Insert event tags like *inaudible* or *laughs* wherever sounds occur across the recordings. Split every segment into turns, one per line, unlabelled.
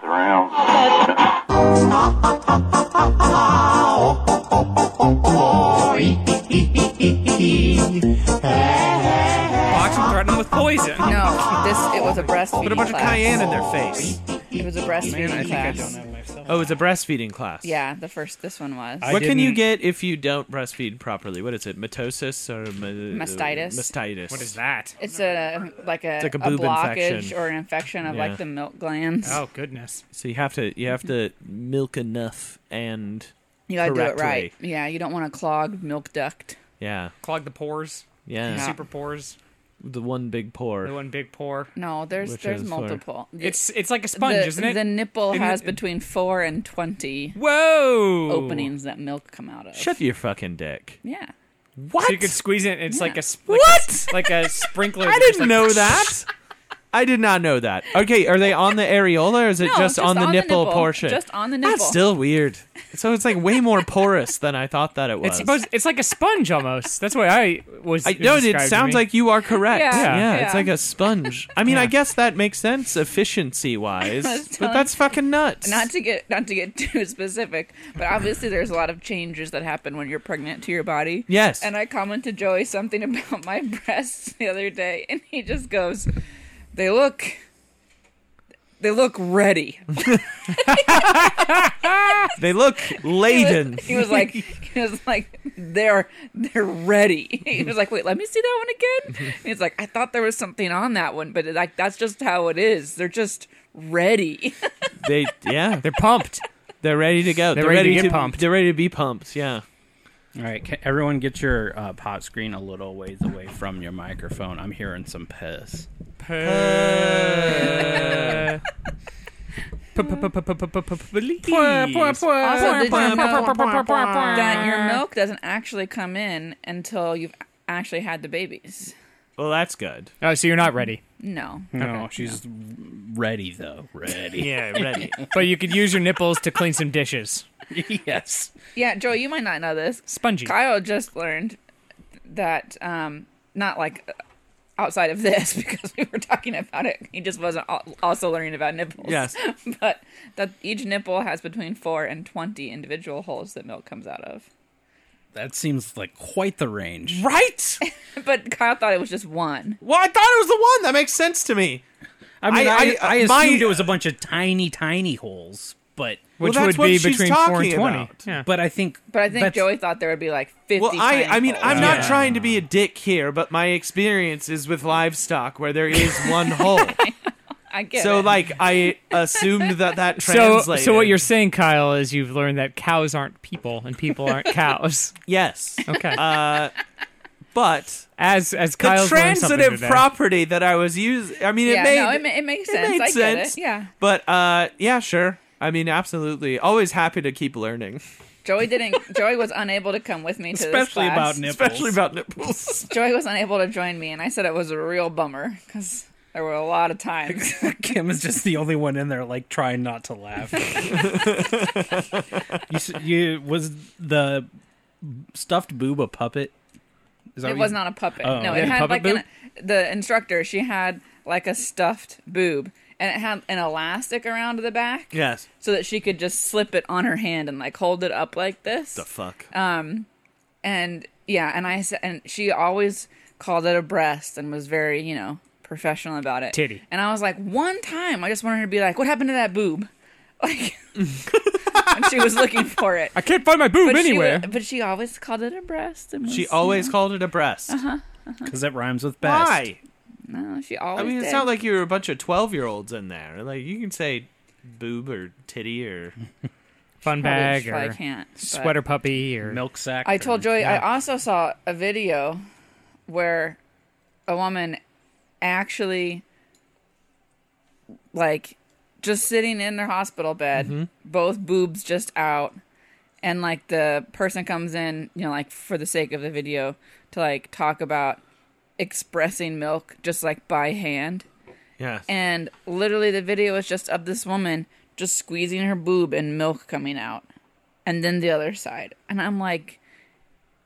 down.
Box and threaten them with poison.
No, this it was a breastfeeding
Put a bunch
class.
of cayenne in their face.
It was a breastfeeding
Man, I think I
class.
don't have myself.
Oh, it's a breastfeeding class.
yeah, the first this one was.
I
What can you
didn't-
get if you don't breastfeed properly? What is it? Mitosis or ma-
Mastitis.
Mastitis.
What is that?
it's a like a,
like a boob
blockage
infection.
or an infection of
Yeah.
like the milk glands.
Oh goodness.
So you have to you have to
Mm-hmm.
milk enough and
you gotta do
correctly.
it right. Yeah, you don't want a clogged milk duct.
yeah
Clog the pores.
yeah,
Yeah.
Super pores.
the one big
The
pour.
one big pore.
No, there's
Which
there's
is for-
multiple.
It's it's like a
the,
sponge, isn't it?
The nipple
Isn't
has
it-
between four and twenty
Whoa!
openings that milk come out of.
Shut your fucking dick.
Yeah.
What?
So you could squeeze it. and It's
Yeah.
like a s- like A, s- like a sprinkler.
I
*laughs*
didn't know that. I did not know that. Okay, are they on the areola or is it
No,
just, on, the, nipple portion?
Just on the nipple.
That's still weird. So it's like way more porous than I thought that it was.
It's supposed. It's like a sponge almost. That's why I was.
I, no, it
described to
sounds
me.
like you are correct.
Yeah,
Yeah,
Yeah.
it's
yeah.
like a sponge. I mean, I
Yeah.
guess that makes sense
*laughs*
efficiency wise,
I was
but
telling-
that's fucking nuts.
not to get not to get *laughs* too specific, but obviously there's a lot of changes that happen when you're pregnant to your body.
Yes.
And I commented Joey something *laughs* about my breasts the other day, and he just goes, "They look, they look ready." *laughs*
they look
He was-
laden.
He was like, he was like, they're they're ready. *laughs* He was like, wait, let me see that one again. And he's like, I thought there was something on that one, but like that's just how it is. They're just ready. *laughs*
they *laughs* yeah,
they're pumped.
they're ready to go.
They're ready to get pumped.
They're ready to be pumped. *laughs* Yeah.
All right, ca- everyone, get your uh, pot screen a little ways away from your microphone. I'm hearing some piss.
Also, did you
Please.
that your milk doesn't actually come in until you've actually had the babies.
Well, that's good.
Oh, so you're not ready.
No.
No, she's ready though. Ready.
Yeah, ready.
But you could use your nipples to clean some dishes.
*laughs* yes.
Yeah, Joe, you might not know this.
Spongy.
*laughs* Kyle just learned that, um, not like outside of this *laughs* because we were talking about it. He just wasn't al- also learning about nipples.
Yes.
*laughs* but that each nipple has between four and twenty individual holes that milk comes out of.
That seems like quite the
*laughs*
range.
right?
But Kyle thought it was just one.
Well, I thought it was the one. That makes sense to me.
I mean,
I-
I, I,
I-
assumed
my-
it was a bunch of tiny, tiny holes, but
Which
well, that's
would
what
be
she's
between four and
talking
twenty.
about.
Yeah.
but I think.
But I think
that's-
Joey thought there would be like fifty.
Well, I,
tiny
I mean,
holes.
I'm not
Yeah.
trying to be a dick here, but my experience is with livestock where there is one *laughs* hole.
I get
so,
it.
like, I assumed that that
*laughs* So,
translated.
so what you're saying, Kyle, is you've learned that cows aren't people and people aren't cows.
yes, Uh,
Okay.
but
as as
the
Kyle's learned something
transitive
today.
property that I was using. I mean, it
yeah,
made
no, it, ma- it makes
it
sense.
made
I get
sense.
it. Yeah.
But uh, yeah, sure. I mean, absolutely. Always happy to keep learning,
Joey didn't. Joey was unable to come with me to this
especially
class.
about nipples.
especially about nipples.
Joey was unable to join me, and I said it was a real bummer because there were a lot of times.
*laughs* Kim is just the only one in there, like trying not
*laughs*
to laugh. you, s- you was the stuffed boob a puppet? Is that
It
what
was
you-
not a puppet.
Oh.
no,
Yeah,
it had
puppet
like an, the instructor. She had like a stuffed boob, and it had an elastic around the back,
*laughs* yes.
so that she could just slip it on her hand and like hold it up like this.
The fuck.
Um, and yeah, and I said, and she always called it a breast and was very, you know, professional about it.
Titty.
And I was like, one time, I just wanted her to be like, "What happened to that boob?" *laughs* Like, when she was looking for it.
I can't find my boob
But
anywhere.
she, wa- but she always called it a breast. And
she
was-
always called it a breast.
Uh-huh.
because it rhymes with best.
Why?
No, she always.
I mean, it's
did.
not like you're a bunch of twelve-year-olds in there. Like you can say boob or titty or *laughs*
Fun
Probably
bag
just why I
or
can't. but-
sweater puppy or
Milk sack.
I
or-
told Joey.
Yeah.
I also saw a video where a woman actually, like, just sitting in their hospital bed, both boobs just out, and like the person comes in, you know, like for the sake of the video, to like talk about expressing milk just like by hand.
yeah.
and literally the video is just of this woman just squeezing her boob and milk coming out and then the other side and i'm like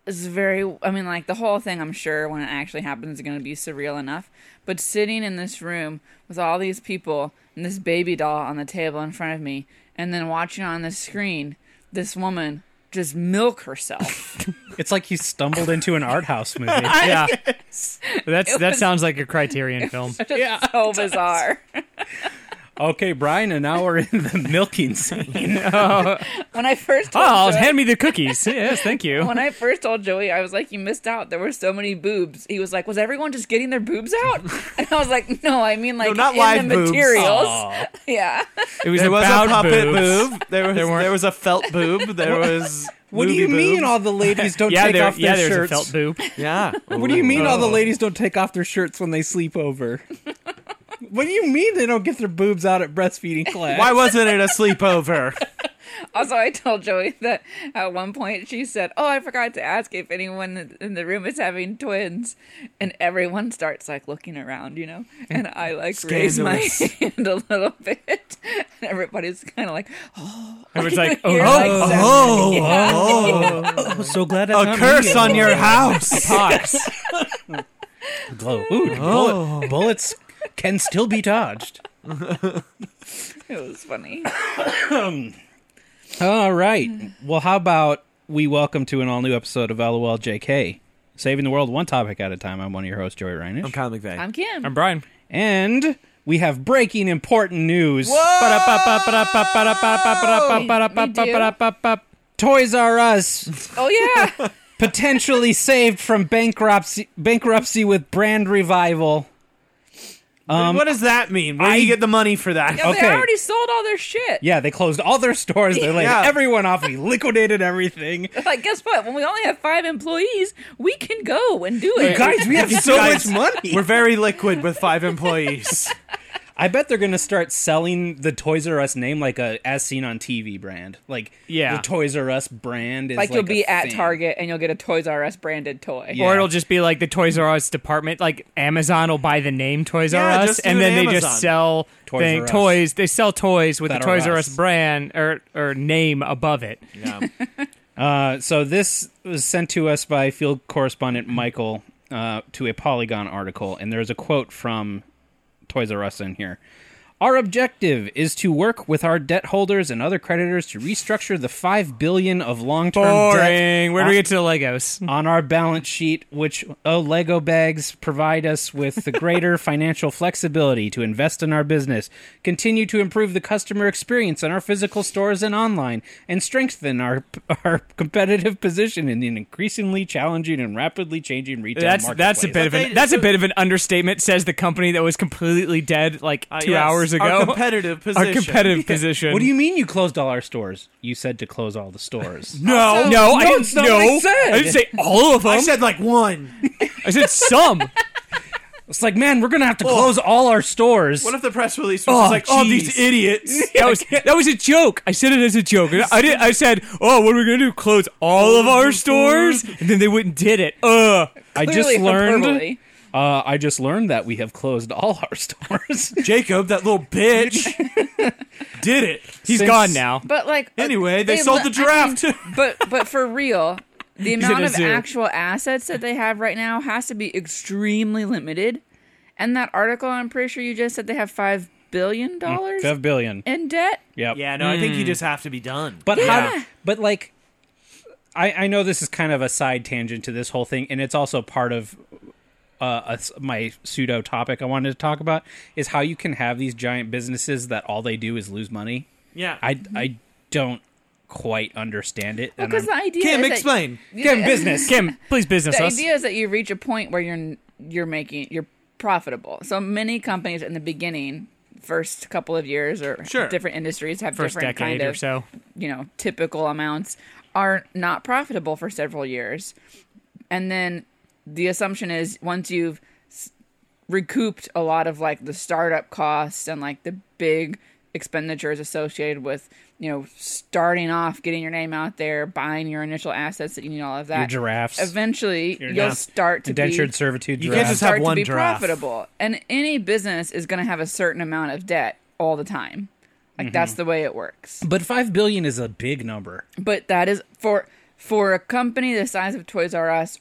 is very i mean like the whole thing i'm sure when it actually happens is going to be surreal enough but sitting in this room with all these people and this baby doll on the table in front of me and then watching on the screen this woman just milk herself
It's like you stumbled into an art house *laughs*
*laughs*
movie.
yeah. That's that
was-
sounds like a Criterion film.
yeah so bizarre
okay, Brian, and now we're in the milking scene.
when i first told
Oh,
Joey-
hand me the cookies. Yes, thank you.
when I first told Joey, I was like, "You missed out. There were so many boobs." He was like, "Was everyone just getting their boobs out?" And I was like, "No, I mean like
not
in
live
the
boobs."
materials." *laughs* Yeah,
It was
There was
about
a puppet
boobs.
boob. There was there, was a felt boob. There was.
What do
movie
you mean
boobs.
all the ladies don't
Yeah,
take
there,
off
yeah,
their
there's
shirts?
a felt boob.
Yeah.
What do you mean all the
Oh.
ladies don't take off their shirts when they sleep over? what do you mean they don't get their boobs out at breastfeeding class?
Why wasn't it a sleepover?
Also, I told Joey that at one point she said, "Oh, I forgot to ask if anyone in the room is having twins," and everyone starts like looking around, you know. And I like raise my *laughs*
Scandalous.
hand a little bit, and everybody's kind of like,
Everyone's like, oh,
You're like
no.
so-
Oh, oh,
I'm so glad
a
that's
curse on your house.
Pox.
glow. Ooh,
Oh.
bullet- bullets can still be dodged.
"It was funny."
All right. Well, how about we welcome to an all new episode of LOL JK, saving the world one topic at a time. I'm one of your hosts, Joey Reinish,
I'm Comic Bay.
I'm Kim.
I'm Brian.
and we have breaking important news. Toys R Us
oh yeah,
potentially *laughs* saved from bankruptcy bankruptcy with brand revival.
what does that mean? Where do
I-
you get the money for that?
yeah they
Okay.
already sold all their shit.
Yeah, they closed all their stores. They laid
Yeah.
everyone off. We liquidated everything.
Like, guess what? When we only have five employees, we can go and do it.
Guys, we have so
Guys,
much money.
We're very liquid with five employees.
I bet they're gonna start selling the Toys R Us name like a as seen on TV brand. Like
Yeah.
the Toys R Us brand is
like,
like,
you'll
a
be at
thing.
Target and you'll get a Toys R Us branded toy.
Yeah.
Or it'll just be like the Toys R Us department, like Amazon will buy the name Toys
Yeah,
R Us,
just do
and
an
then they
Amazon.
just sell
Toys
thing-
R Us.
toys. They sell toys with
That
the
are
Toys R
us.
Us brand or or name above it.
Yeah.
Uh, so this was sent to us by field correspondent Michael uh, to a Polygon article, and there's a quote from Toys R Us in here. Our objective is to work with our debt holders and other creditors to restructure the five billion of long-term debt
Boring. Where do we
on-
get to the Legos?
on our balance sheet, which oh Lego bags provide us with
*laughs*
the greater financial flexibility to invest in our business, continue to improve the customer experience in our physical stores and online, and strengthen our our competitive position in an increasingly challenging and rapidly changing retail
That's
marketplace.
that's a bit of
But
an
they-
that's a bit of an understatement. Says the company that was completely dead like
Uh,
two
yes,
hours ago.
Our competitive position.
*laughs* Our competitive position.
What do you mean you closed all our stores? You said to close all the stores.
*laughs* No,
Also-
no, I
No,
didn't.
it's not what I
no.
said.
I didn't say all of them.
I said like one.
I said some.
*laughs*
It's like, man, we're gonna have to close all our stores.
What if the press release was just
Oh,
like, "Oh,
jeez.
*laughs*
these idiots."
*laughs* That was that was a joke. I said it as a joke. I did. I said, "Oh, what are we gonna do? Close all of our stores?" And then they went and did it. Uh,
I just
Clearly
learned.
hyperbole.
Uh, I just learned that we have closed all our *laughs* stores.
Jacob, that little bitch, did it.
he's
Since-
gone now.
But like uh,
Anyway, they sold the
I
giraffe,
mean,
too.
*laughs* but but for real, the
in
amount
a
of
zoo.
actual assets that they have right now has to be extremely limited. And that article, I'm pretty sure you just said they have five billion dollars
Five billion.
in debt.
Yep.
Yeah, no, I think you just have to be done.
But
Yeah.
how? But like, I I know this is kind of a side tangent to this whole thing, and it's also part of uh a s my pseudo topic I wanted to talk about is how you can have these giant businesses that all they do is lose money.
yeah,
I I don't quite understand it. and
Because
I'm-
the idea
Kim,
is that-
explain.
Kim, business.
Kim, please business
the
us.
idea is that you reach a point where you're you're making you're profitable. So many companies in the beginning, first couple of years or
Sure.
different industries have
First
different
decade
kind
or
of
so.
you know typical amounts are not profitable for several years, and then the assumption is once you've s- recouped a lot of like the startup costs and like the big expenditures associated with you know starting off getting your name out there buying your initial assets that you need all of that
Your giraffes.
eventually you'll
not
start to
indentured
be
servitude.
You
draft.
can't just have
start to
one
be
giraffe.
profitable and any business is going to have a certain amount of debt all the
Mm-hmm.
time like that's the way it works
But five billion is a big number.
but that is for for a company the size of Toys R Us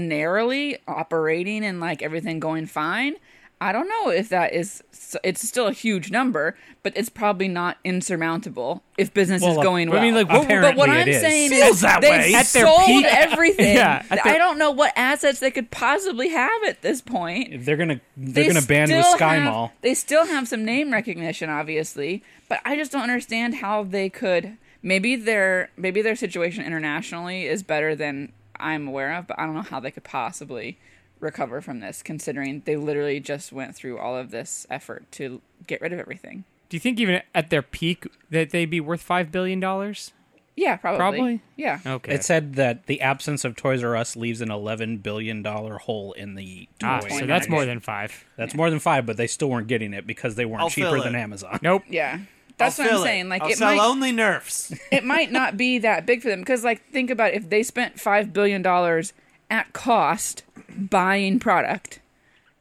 ordinarily operating and like everything going fine, I don't know if that is it's still a huge number, but it's probably not insurmountable if business is
Well,
going well.
I mean, like, what-
but what
apparently
I'm
it is.
saying
Feels
is
that
they
way. At
have
their
sold
peak. *laughs*
everything.
Yeah, at their-
I don't know what assets they could possibly have at this point
If they're gonna they're
they
gonna ban with
still
Sky
have-
Mall.
They still have some name recognition, obviously, but I just don't understand how they could. Maybe their maybe their situation internationally is better than I'm aware of, but I don't know how they could possibly recover from this, considering they literally just went through all of this effort to get rid of everything.
Do you think even at their peak that they'd be worth five billion dollars?
Yeah, probably.
Probably?
Yeah.
Okay.
It said that the absence of Toys R Us leaves an eleven billion dollar hole in the toy.
ah, so that's
market.
more than five.
That's more than five, but they still weren't getting it because they weren't
I'll
cheaper
fill
than
it.
Amazon. *laughs*
*laughs*
Nope.
Yeah. That's
I'll
what I'm
fill it.
saying. Like
I'll
it
sell
might *laughs*
only Nerfs.
it might not be that big for them because like think about if they spent five billion dollars at cost buying product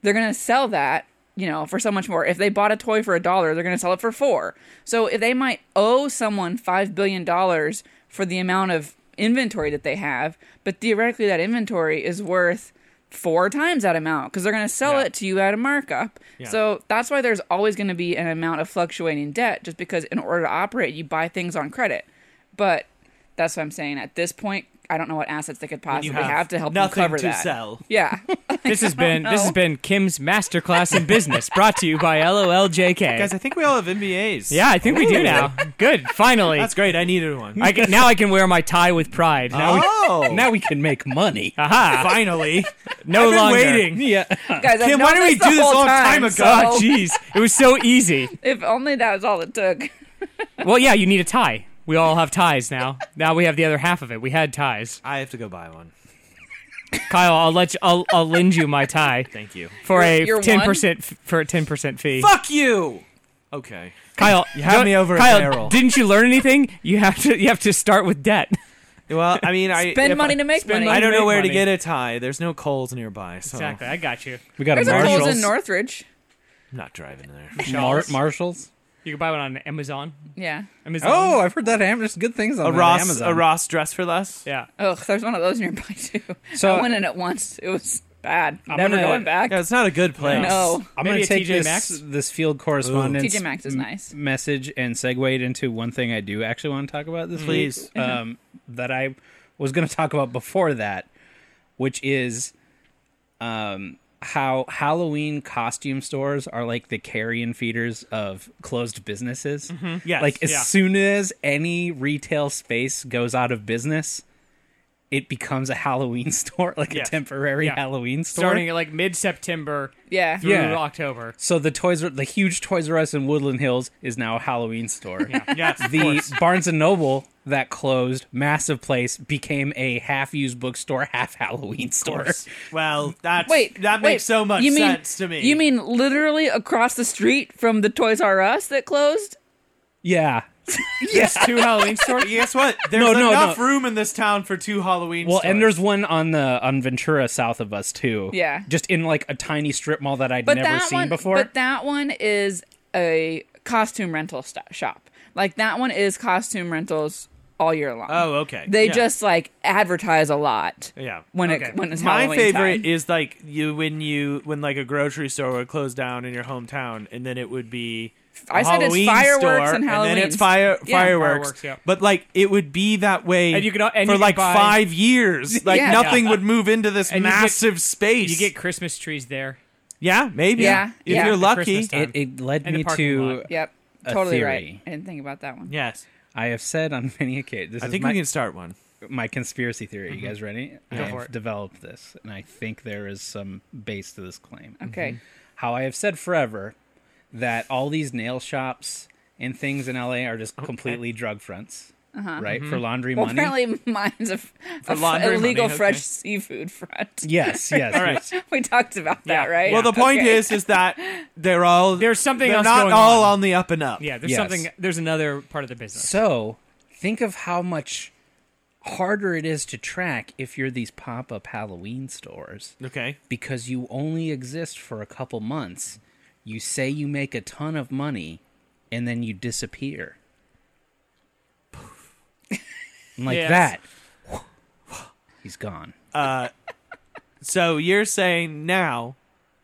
they're gonna sell that you know for so much more if they bought a toy for a dollar they're gonna sell it for four so if they might owe someone five billion dollars for the amount of inventory that they have but theoretically that inventory is worth four times that amount because they're going to sell
Yeah.
it to you at a markup so that's why there's always going to be an amount of fluctuating debt just because in order to operate you buy things on credit but that's what i'm saying at this point i don't know what assets they could possibly
you
have,
have
to help
nothing
them cover
to
that
sell.
yeah
This has been this has
know.
been Kim's masterclass in business, brought to you by
Guys,
LOLJK.
I think we all have MBAs.
Yeah, I think we do now. Good, finally.
That's great. I needed one. *laughs*
I can, now I can wear my tie with pride. Now,
oh,
Now we can make money. *laughs*
aha!
*laughs* finally.
No
I've been
longer.
waiting.
yeah.
guys I've
Kim,
known
why didn't we
the
do this
whole
a long
*laughs*
time ago?
Oh,
so
jeez, it was so easy.
if only that was all it took
Well, yeah, you need a tie. We all have ties now. Now we have the other half of it. We had ties.
I have to go buy one.
Kyle, I'll let you. I'll, I'll lend you my tie
Thank you.
for
Your- your
a
one?
ten percent for a ten percent fee.
Fuck you. Okay.
Kyle,
You had
don't-
me over a
Kyle,
barrel.
didn't you learn anything? You have to. You have to start with debt.
Oh. Well, I mean, I
*laughs* spend
if
money
I,
to make money
I don't
make
know where
money.
to get a tie. There's no Coles nearby, so
I got you.
We got
there's
a
a Kohl's
Marshalls.
in northridge
I'm not driving there.
Mar- Marshalls.
You can buy one on Amazon.
yeah
Amazon.
Oh, I've heard that Am- there's good things on
A
that
Ross,
Amazon.
a Ross dress for less.
yeah.
Ugh, there's one of those nearby too.
So-
I went in it once. It was bad.
I'm
Never
gonna-
going back.
Yeah, it's not a good place.
no.
I'm
Maybe
going
a
to take
TJ
this,
Maxx?
this field correspondence
TJ Maxx is
m-
nice.
message and segued into one thing I do actually want to talk about this
Please.
Mm-hmm.
week, um, that I was going to talk about before that, which is um, how Halloween costume stores are like the carrion feeders of closed businesses.
Mm-hmm. Yes,
like as
yeah.
soon as any retail space goes out of business, it becomes a Halloween *laughs* store, like
Yes.
a temporary
Yeah.
Halloween store.
Starting at like mid September
Yeah.
through
Yeah.
October.
*laughs*
So the Toys R- the huge Toys R Us in Woodland Hills is now a Halloween store.
Yes. of
The
course.
Barnes and Noble that closed, massive place, became a half-used bookstore, half Halloween store.
Well, that's
Wait.
that
wait,
makes so much
you mean,
sense to me.
You mean literally across the street from the Toys R Us that closed?
*laughs* Yeah. yes.
two Halloween stores.
*laughs*
guess what? There's
No, no,
enough
no.
room in this town for two Halloween.
Well,
stores.
and there's one on the on Ventura south of us too.
Yeah.
Just in like a tiny strip mall that I'd
But
never
that
seen
one.
before.
But that one is a costume rental st- shop. Like that one is costume rentals all year long.
oh, okay.
They
Yeah.
just like advertise a lot.
yeah.
When
Okay.
it when it's
my
Halloween
favorite
time.
is like you when you when like a grocery store would close down in your hometown, and then it would be. a
I said it's
Halloween
fireworks
store,
and
then it's
Halloweens.
fire
Yeah.
fireworks.
Fireworks, yeah.
But like it would be that way
And you could al- and
for
you could
like
buy-
five years.
*laughs*
Like
Yeah.
nothing would move into this
And you get-
massive space.
You get Christmas trees there.
yeah, maybe.
Yeah,
if
yeah.
you're
At
lucky.
Christmas time.
it, it led
In the
me
parking
to
lot.
Yep.
A
Totally right.
theory.
I didn't think about that one.
Yes,
I have said on many occasions this
I
is
think
my,
we can Mm-hmm. start one.
my conspiracy theory. You guys ready? I
for
have
it.
developed this, and I think there is some base to this claim.
Okay.
Mhm.
How I have said forever that all these nail shops and things in LA are just completely drug fronts, right?
Mm-hmm.
For laundry
Uh-huh. Well,
money.
apparently *laughs* mine's a, f- a f-
laundry money,
illegal
okay.
fresh seafood front.
Yes, yes.
All right.
yes.
*laughs* We talked about that,
Yeah.
right?
Well, the point
Okay.
is, is
*laughs*
that they're all
There's something
They're
else
not
going
all
on.
on. the up and up.
Yeah, there's
Yes.
something. There's another part of the business.
So think of how much harder it is to track if you're these pop up Halloween stores.
Okay.
because you only exist for a couple months. You say you make a ton of money and then you disappear. *laughs* like
Yes.
that. He's gone.
So you're saying now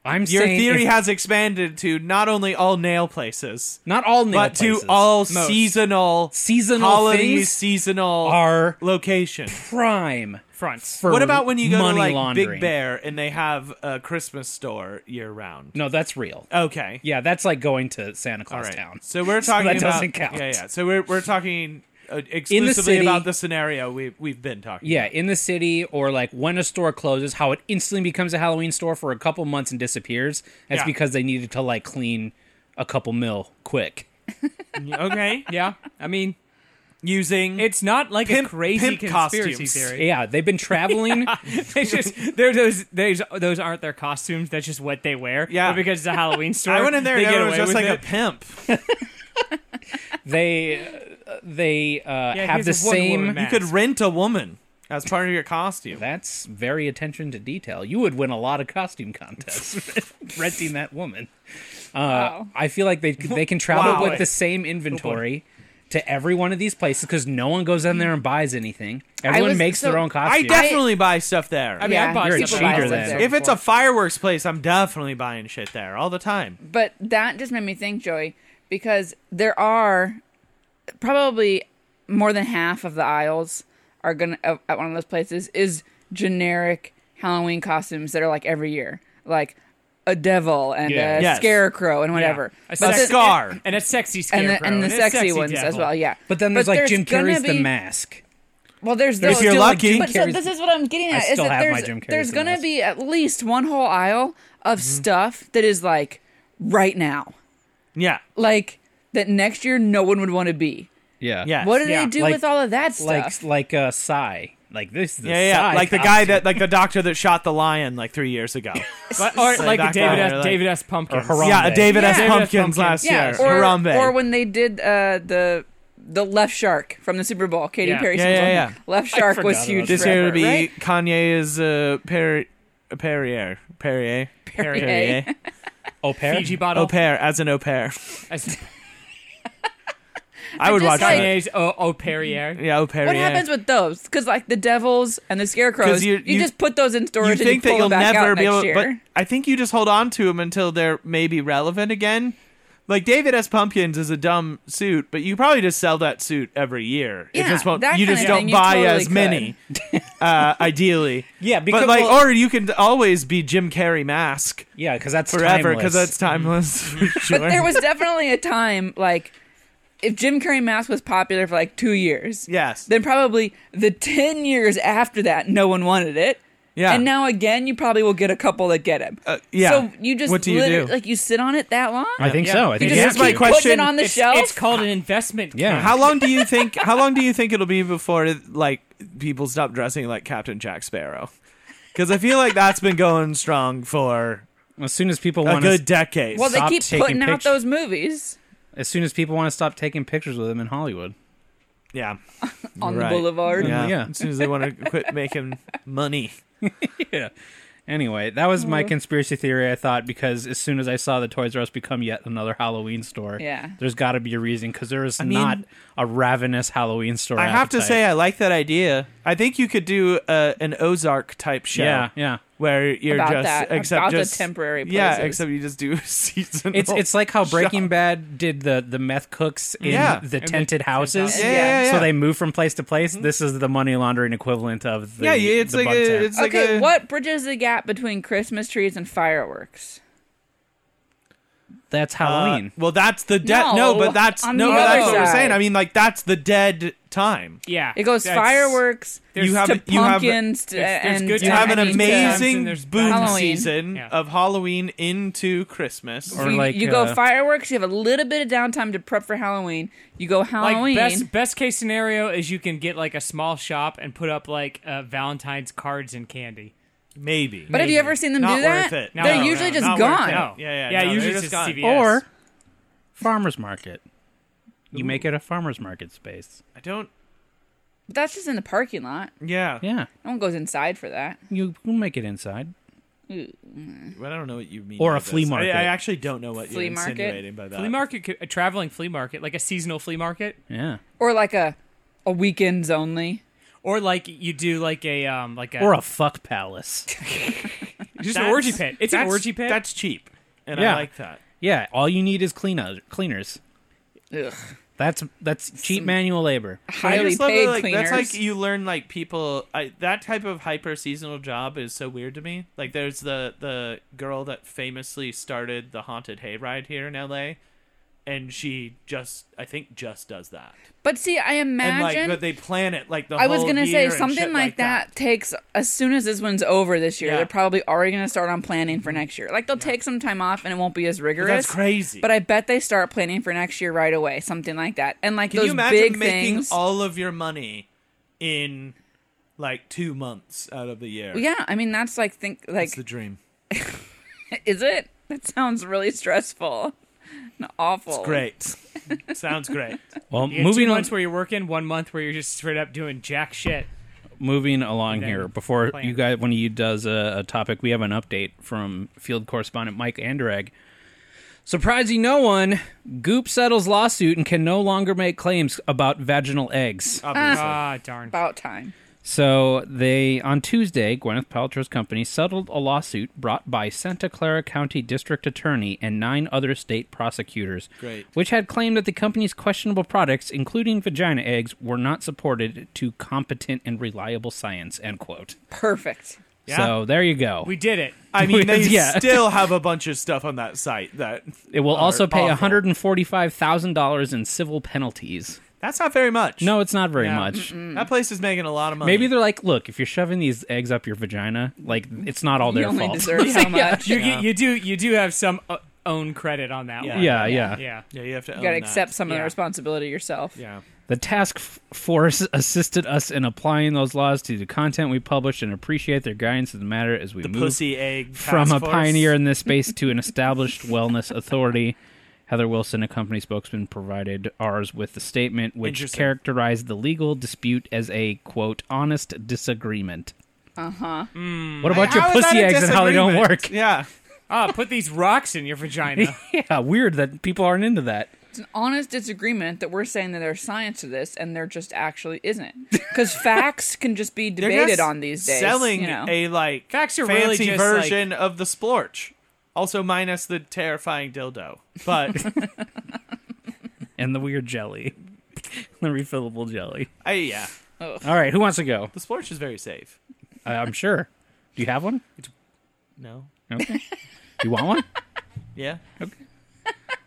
I'm
your
saying
theory
if-
has expanded to not only all nail places,
not all nail
but
places.
to all
Most.
seasonal
Seasonal
holiday
things
seasonal
are
location
prime.
fronts.
for
what about when you go to
money
like
laundering.
Big Bear and they have a Christmas store year round?
No, that's real.
Okay.
Yeah, that's like going to Santa Claus
All right.
Town.
So
*laughs*
we're talking
that
about
doesn't count.
yeah, yeah. So we're we're talking uh, exclusively
city-
about the scenario we we've been talking.
Yeah, in the city or like when a store closes, how it instantly becomes a Halloween store for a couple months and disappears. That's
Yeah.
because they needed to like clean a couple mil quick.
about. Okay.
Yeah, I mean,
Using
it's not like
Pimp-
a crazy
pimp
conspiracy *laughs*
costumes.
theory.
Yeah, they've
*laughs*
been traveling.
They just they're those those those aren't their costumes. That's just what they wear.
Yeah.
but because it's a Halloween store.
*laughs* I went in there
They
and
get
it
away
was just
with it.
like a pimp.
they uh, they uh, have
here's
the
a Wonder Woman
same.
mask.
You could rent a woman as part of your costume.
That's very attention to detail. You would win a lot of costume contests *laughs* renting that woman. Uh,
Wow.
I feel like they they can travel
Wow.
with the same inventory to every one of these places because no one goes in there and buys anything. Everyone
was-
makes their
so
own
I
costume.
definitely buy stuff there.
I mean, I bought
You're a
stuff
cheater
online.
then.
if it's a fireworks place, I'm definitely buying shit there all the time.
But that just made me think, Joey, because there are probably more than half of the aisles are gonna at at one of those places is generic Halloween costumes that are like every year, like a devil and
Yeah.
a
Yes.
scarecrow and whatever.
A
But
A
then-
sex-
scar.
and a sexy
and
scarecrow
the, and the
a
sexy, ones as
devil.
well, yeah.
But then there's like Jim
gonna
Carrey's The
be-
Mask.
Well, there's
There's
those.
If you're
still, like,
lucky-
Jim
But so
Carrey's-
this is what I'm getting at.
I
is
still
that
have my
there's,
Jim Carrey's
there's
in
gonna
this. Mm-hmm.
be at least one whole aisle of stuff that is like right now,
Yeah.
like that next year no one would want to be.
Yeah,
Yeah.
What do
Yeah,
they do
like-
with all of that
like
stuff?
like uh, Psy. Like this, is the
Yeah, yeah.
Psy
Like the
costume.
guy that, like the doctor that shot the lion like three years ago.
But- or like a
back
David
on,
S.
you're like-
David S. Pumpkin.
Or Harambe.
yeah, a David S.
Yeah.
Pumpkins
Pumpkins.
last year.
or,
Harambe.
or when they did uh, the the left shark from the Super Bowl, Katy
Yeah.
Perry.
Yeah,
sings
yeah,
on it. Left shark
forgot
was
about
huge.
that.
this year
forever,
would be
right?
Kanye is uh, Perrier, Perrier, Perrier,
Perrier.
au pair.
Fiji
au
bottle.
pair as an au pair.
As-
I would
just
watch
like-
that.
Kanye's au, au Perrier.
Yeah, au pair.
What happens with those? Because like the devils and the scarecrows,
'Cause
you,
you- you-
just put those in
you
storage
think
and
that
you pull
you'll
them back
never
out
be
next
able,
year.
but I think you just hold on to them until they're maybe relevant again. Like David S. Pumpkins is a dumb suit, but you probably just sell that suit every year. It
Yeah,
just won't,
that
you
kinda
just
thing
don't
you
buy
totally
as
could.
many, *laughs* uh, ideally.
Yeah, because-
but like,
well-
or you can always be Jim Carrey mask
oh, yeah, because that's
forever because
because
that's timeless. *laughs* For sure.
But there was definitely a time like if Jim Carrey mask was popular for like two years,
Yes.
then probably the ten years after that, no one wanted it.
Yeah.
And now again, you probably will get a couple that get him.
Uh, yeah.
So you just
What do you
liter-
do?
like you sit on it that long?
I think
Yeah.
so. I think
you
Here's
just
that's
my
keep
question.
putting it on the
it's,
shelf.
it's called an investment.
Yeah.
account.
*laughs* How long do you think? How long do you think it'll be before like people stop dressing like Captain Jack Sparrow? Because I feel like that's been going strong for
As soon as people
a
want to
good decade.
well, they
Stop
keep
taking
putting out
pictures.
those movies
as soon as people want to stop taking pictures with him in Hollywood.
yeah,
on
Right.
the boulevard.
yeah.
yeah.
As soon as they want to quit making money,
Anyway, that was my conspiracy theory. I thought because as soon as I saw the Toys R Us become yet another Halloween store,
Yeah.
there's got to be a reason because there is
mean-
not a ravenous Halloween store.
I have to
appetite.
say I like that idea. I think you could do uh, an Ozark type show.
yeah, yeah.
Where you're
About
just
that,
except
about the
just
temporary
yeah,
places.
except you just do *laughs* seasonal.
It's it's like how Breaking
Shop.
Bad did the the meth cooks in
Yeah.
the
the
tented houses.
yeah, yeah, yeah.
So they move from place to place. This is the money laundering equivalent of the
Mm-hmm. yeah, yeah, it's
the
like
bug
a,
tent.
it's like uh,
okay,
a,
what bridges the gap between Christmas trees and fireworks?
that's
Uh,
Halloween.
well, that's the dead.
No,
No, but that's
on
no.
the
but that's
other
what we're
side.
saying. I mean, like that's the dead time.
Yeah.
It goes
That's-
fireworks
there's-
You have-
to
you have-
pumpkins to,
there's- there's
and
good
You
Yeah,
have
I
an
mean, sometimes
amazing
and there's
boom
bad
times.
season
Yeah.
of Halloween into Christmas.
Or
you,
like,
you go
uh,
fireworks. You have a little bit of downtime to prep for Halloween. You go Halloween.
Like best best case scenario is you can get like a small shop and put up like uh, Valentine's cards and candy.
maybe.
but have you
maybe.
ever seen them
Not
do that?
worth it.
No,
They're
no,
usually
no,
just
not worth
gone.
it. No.
Yeah, yeah,
yeah.
no, they're
usually
just
it's
gone.
CVS.
Or farmers market. You make it a farmers market space.
I don't.
But That's just in the parking lot.
Yeah.
Yeah,
No one goes inside for that.
you you make it inside.
But I don't know what you mean.
Or
by
a
this.
flea
I-
market.
I, actually don't know what
Flea
you're
market?
insinuating by that.
flea market,
uh,
could- a traveling flea market, like a seasonal flea market,
Yeah,
Or like a a weekends only.
Or like you do like a um like a
or a fuck palace.
just
an orgy pit. It's an
That's-
orgy pit.
That's cheap, and I
Yeah.
like that.
yeah, all you need is cleaner, cleaners.
Ugh.
That's that's cheap manual labor.
I
Highly
just love
paid
that, like,
cleaners.
That's like you learn like people. I, that type of hyper seasonal job is so weird to me. Like there's the the girl that famously started the haunted hayride here in L.A. And she just, I think, just does that.
but see, I
and like,
imagine.
but they plan it like the.
I was
whole
gonna
year
say
and shit
something
like that.
takes as soon as this one's over this year.
Yeah. Mm-hmm.
They're probably already gonna start on planning for next year. Like they'll take some time off and it won't be as rigorous.
that's crazy.
But I bet they start planning for next year right away, something like that. And like
Can
those
you imagine
big
making
things.
all of your money in like two months out of the year?
yeah, I mean that's like think like
It's the dream.
is it? That sounds really stressful, *laughs* and awful.
Great. *laughs* Sounds great.
Well,
you get
moving
two
on,
months where you're working, one month where you're just straight up doing jack shit.
moving along here. Before
plan.
you guys, one of you does a, a topic, we have an update from field correspondent Mike Anderegg. Surprising no one, Goop settles lawsuit and can no longer make claims about vaginal eggs.
Obviously.
Ah, darn.
About time.
So they on Tuesday, Gwyneth Paltrow's company settled a lawsuit brought by Santa Clara County District Attorney and nine other state prosecutors,
Great.
which had claimed that the company's questionable products, including vagina eggs, were not supported to competent and reliable science. End quote.
Perfect.
Yeah.
So there you go.
we did it.
*laughs*
I mean, they
Yeah.
still have a bunch of stuff on that site that
it will
are
also pay
awful.
one hundred and forty-five thousand dollars in civil penalties.
That's not very much.
No, it's not very
Yeah.
much.
that place is making a lot of money.
Maybe they're like, look, if you're shoving these eggs up your vagina, like it's not all
You
their
only
fault.
*laughs*
deserve so much.
You, get you do you do have some uh, own credit on that
Yeah.
one.
yeah, yeah.
Yeah.
yeah, you have to.
You gotta
own that.
accept some of the
Yeah.
responsibility yourself.
Yeah,
The task f- force *laughs* assisted us in applying those laws to the content we published and appreciate their guidance in the matter as we
the
move
pussy egg task
from a
force.
pioneer in this
*laughs*
space to an established wellness authority. Heather Wilson, a company spokesman, provided ours with the statement which
Interesting.
characterized the legal dispute as a quote honest disagreement. Uh huh. What about your
Hmm. How is
pussy
that a
eggs and how they don't
disagreement?
work?
Yeah,
Ah, put these rocks in your vagina.
Yeah, weird that people aren't into that.
It's an honest disagreement that we're saying that there's science to this, and there just actually isn't.
*laughs*
Because facts can just be
They're
debated
just
on these days.
Selling
you know?
a like
Facts are really
fancy
just,
version of the splorch, also minus the terrifying dildo.
*laughs*
But
And the weird jelly, *laughs* the refillable jelly.
I, yeah,
All right, who wants to go?
the splorch is very safe.
I- I'm sure. Do you have one?
No,
Okay. You want one?
yeah,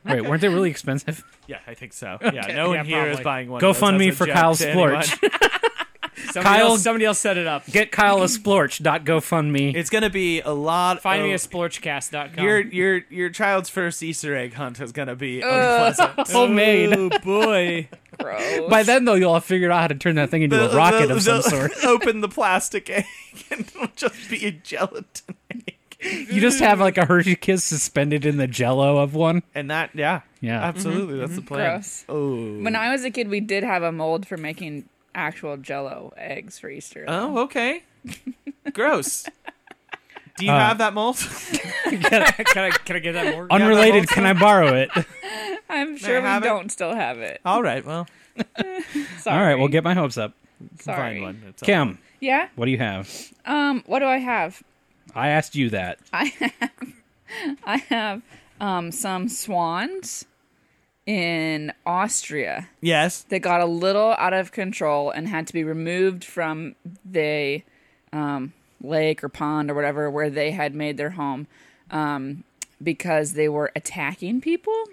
Wait, weren't they really expensive?
yeah, I think so. Yeah, no one
Yeah,
here is
probably.
buying one.
Go
of those
fund me
as a
for
joke
Kyle
to anyone.
Splorch.
Somebody
Kyle-
else, somebody else set it up.
Get Kyle a splorch. Dot
*laughs*
GoFundMe.
It's gonna be a lot.
Find
of,
Oh.
me at splorchcast.com.
*laughs*
your your your child's first Easter egg hunt is gonna be unpleasant.
*laughs*
homemade.
Oh boy.
Gross.
By then, though, you'll have figured out how to turn that thing into a rocket of some
they'll
sort.
*laughs* Open the plastic egg *laughs* and it'll just be a gelatin egg.
You just have like a Hershey Kiss suspended in the Jello of one.
And that, yeah,
Yeah.
absolutely, that's the plan.
Mm-hmm. Gross.
Oh,
when I was a kid, we did have a mold for making actual Jello eggs for Easter.
oh, okay,
*laughs*
gross. Do you
Uh,
have that mold? *laughs*
can I can I get that more?
Unrelated, can I borrow it?
I'm sure we
have it?
don't still have it.
All right, well,
Sorry.
All right, well, get my hopes up.
Sorry.
find one. It's all-
Kim,
Yeah.
what do you have?
Um. What do I have? *laughs*
I asked you that.
I have um some swans in Austria.
Yes,
that got a little out of control and had to be removed from the um, lake or pond or whatever where they had made their home um, because they were attacking people.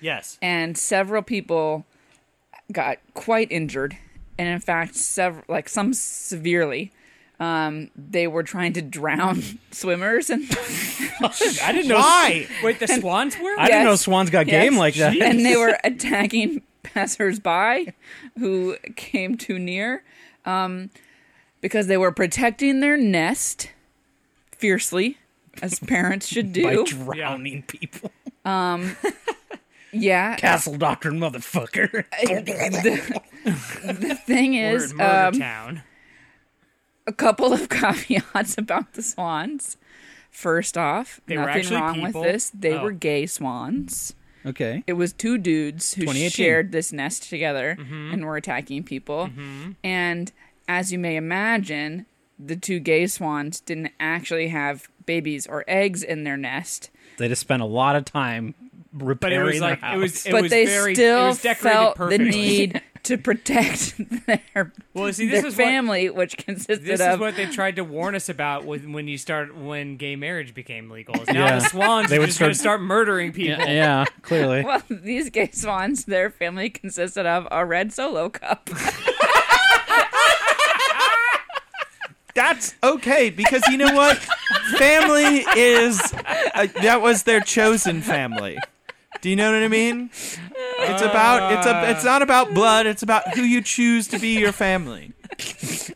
yes.
And several people got quite injured. And in fact, several, like some severely. Um, they were trying to drown *laughs* swimmers and
I didn't know.
Why?
Wait, the swans were?
I didn't know
Yes.
Swans got
Yes.
game like that.
and they
*laughs*
were attacking passersby who came too near um, because they were protecting their nest fiercely, as parents should
By
do.
drowning people.
yeah.
Castle Doctrine, motherfucker.
the, the thing
We're
is,
in Murder
um,
Town.
a couple of *laughs* caveats about the swans. First off,
They were
nothing
actually
wrong
people?
with this. They
Oh.
were gay swans.
Okay.
it was two dudes who
2018.
Mm-hmm.
shared this nest together and were attacking people. And As you may imagine, the two gay swans didn't actually have babies or eggs in their nest.
They just spent a lot of time
But
repairing
it was like
their house.
it was. It
but
was
they
very, it
still
was decorated
felt
perfectly.
the
*laughs*
need to protect *laughs* their,
Well, see, this
their
is what-
family, which consisted
This
of
is what they tried to warn us about when, when you start when gay marriage became legal. is Now
Yeah.
the swans
They
are
would
just going to start
start-
murdering people.
yeah, yeah, *laughs*
*laughs*
clearly.
well, these gay swans, their family consisted of a red solo cup.
That's okay because you know what? family is uh, that was their chosen family. Do you know what I mean? It's about it's a it's not about blood. It's about who you choose to be
*laughs*
your family. Did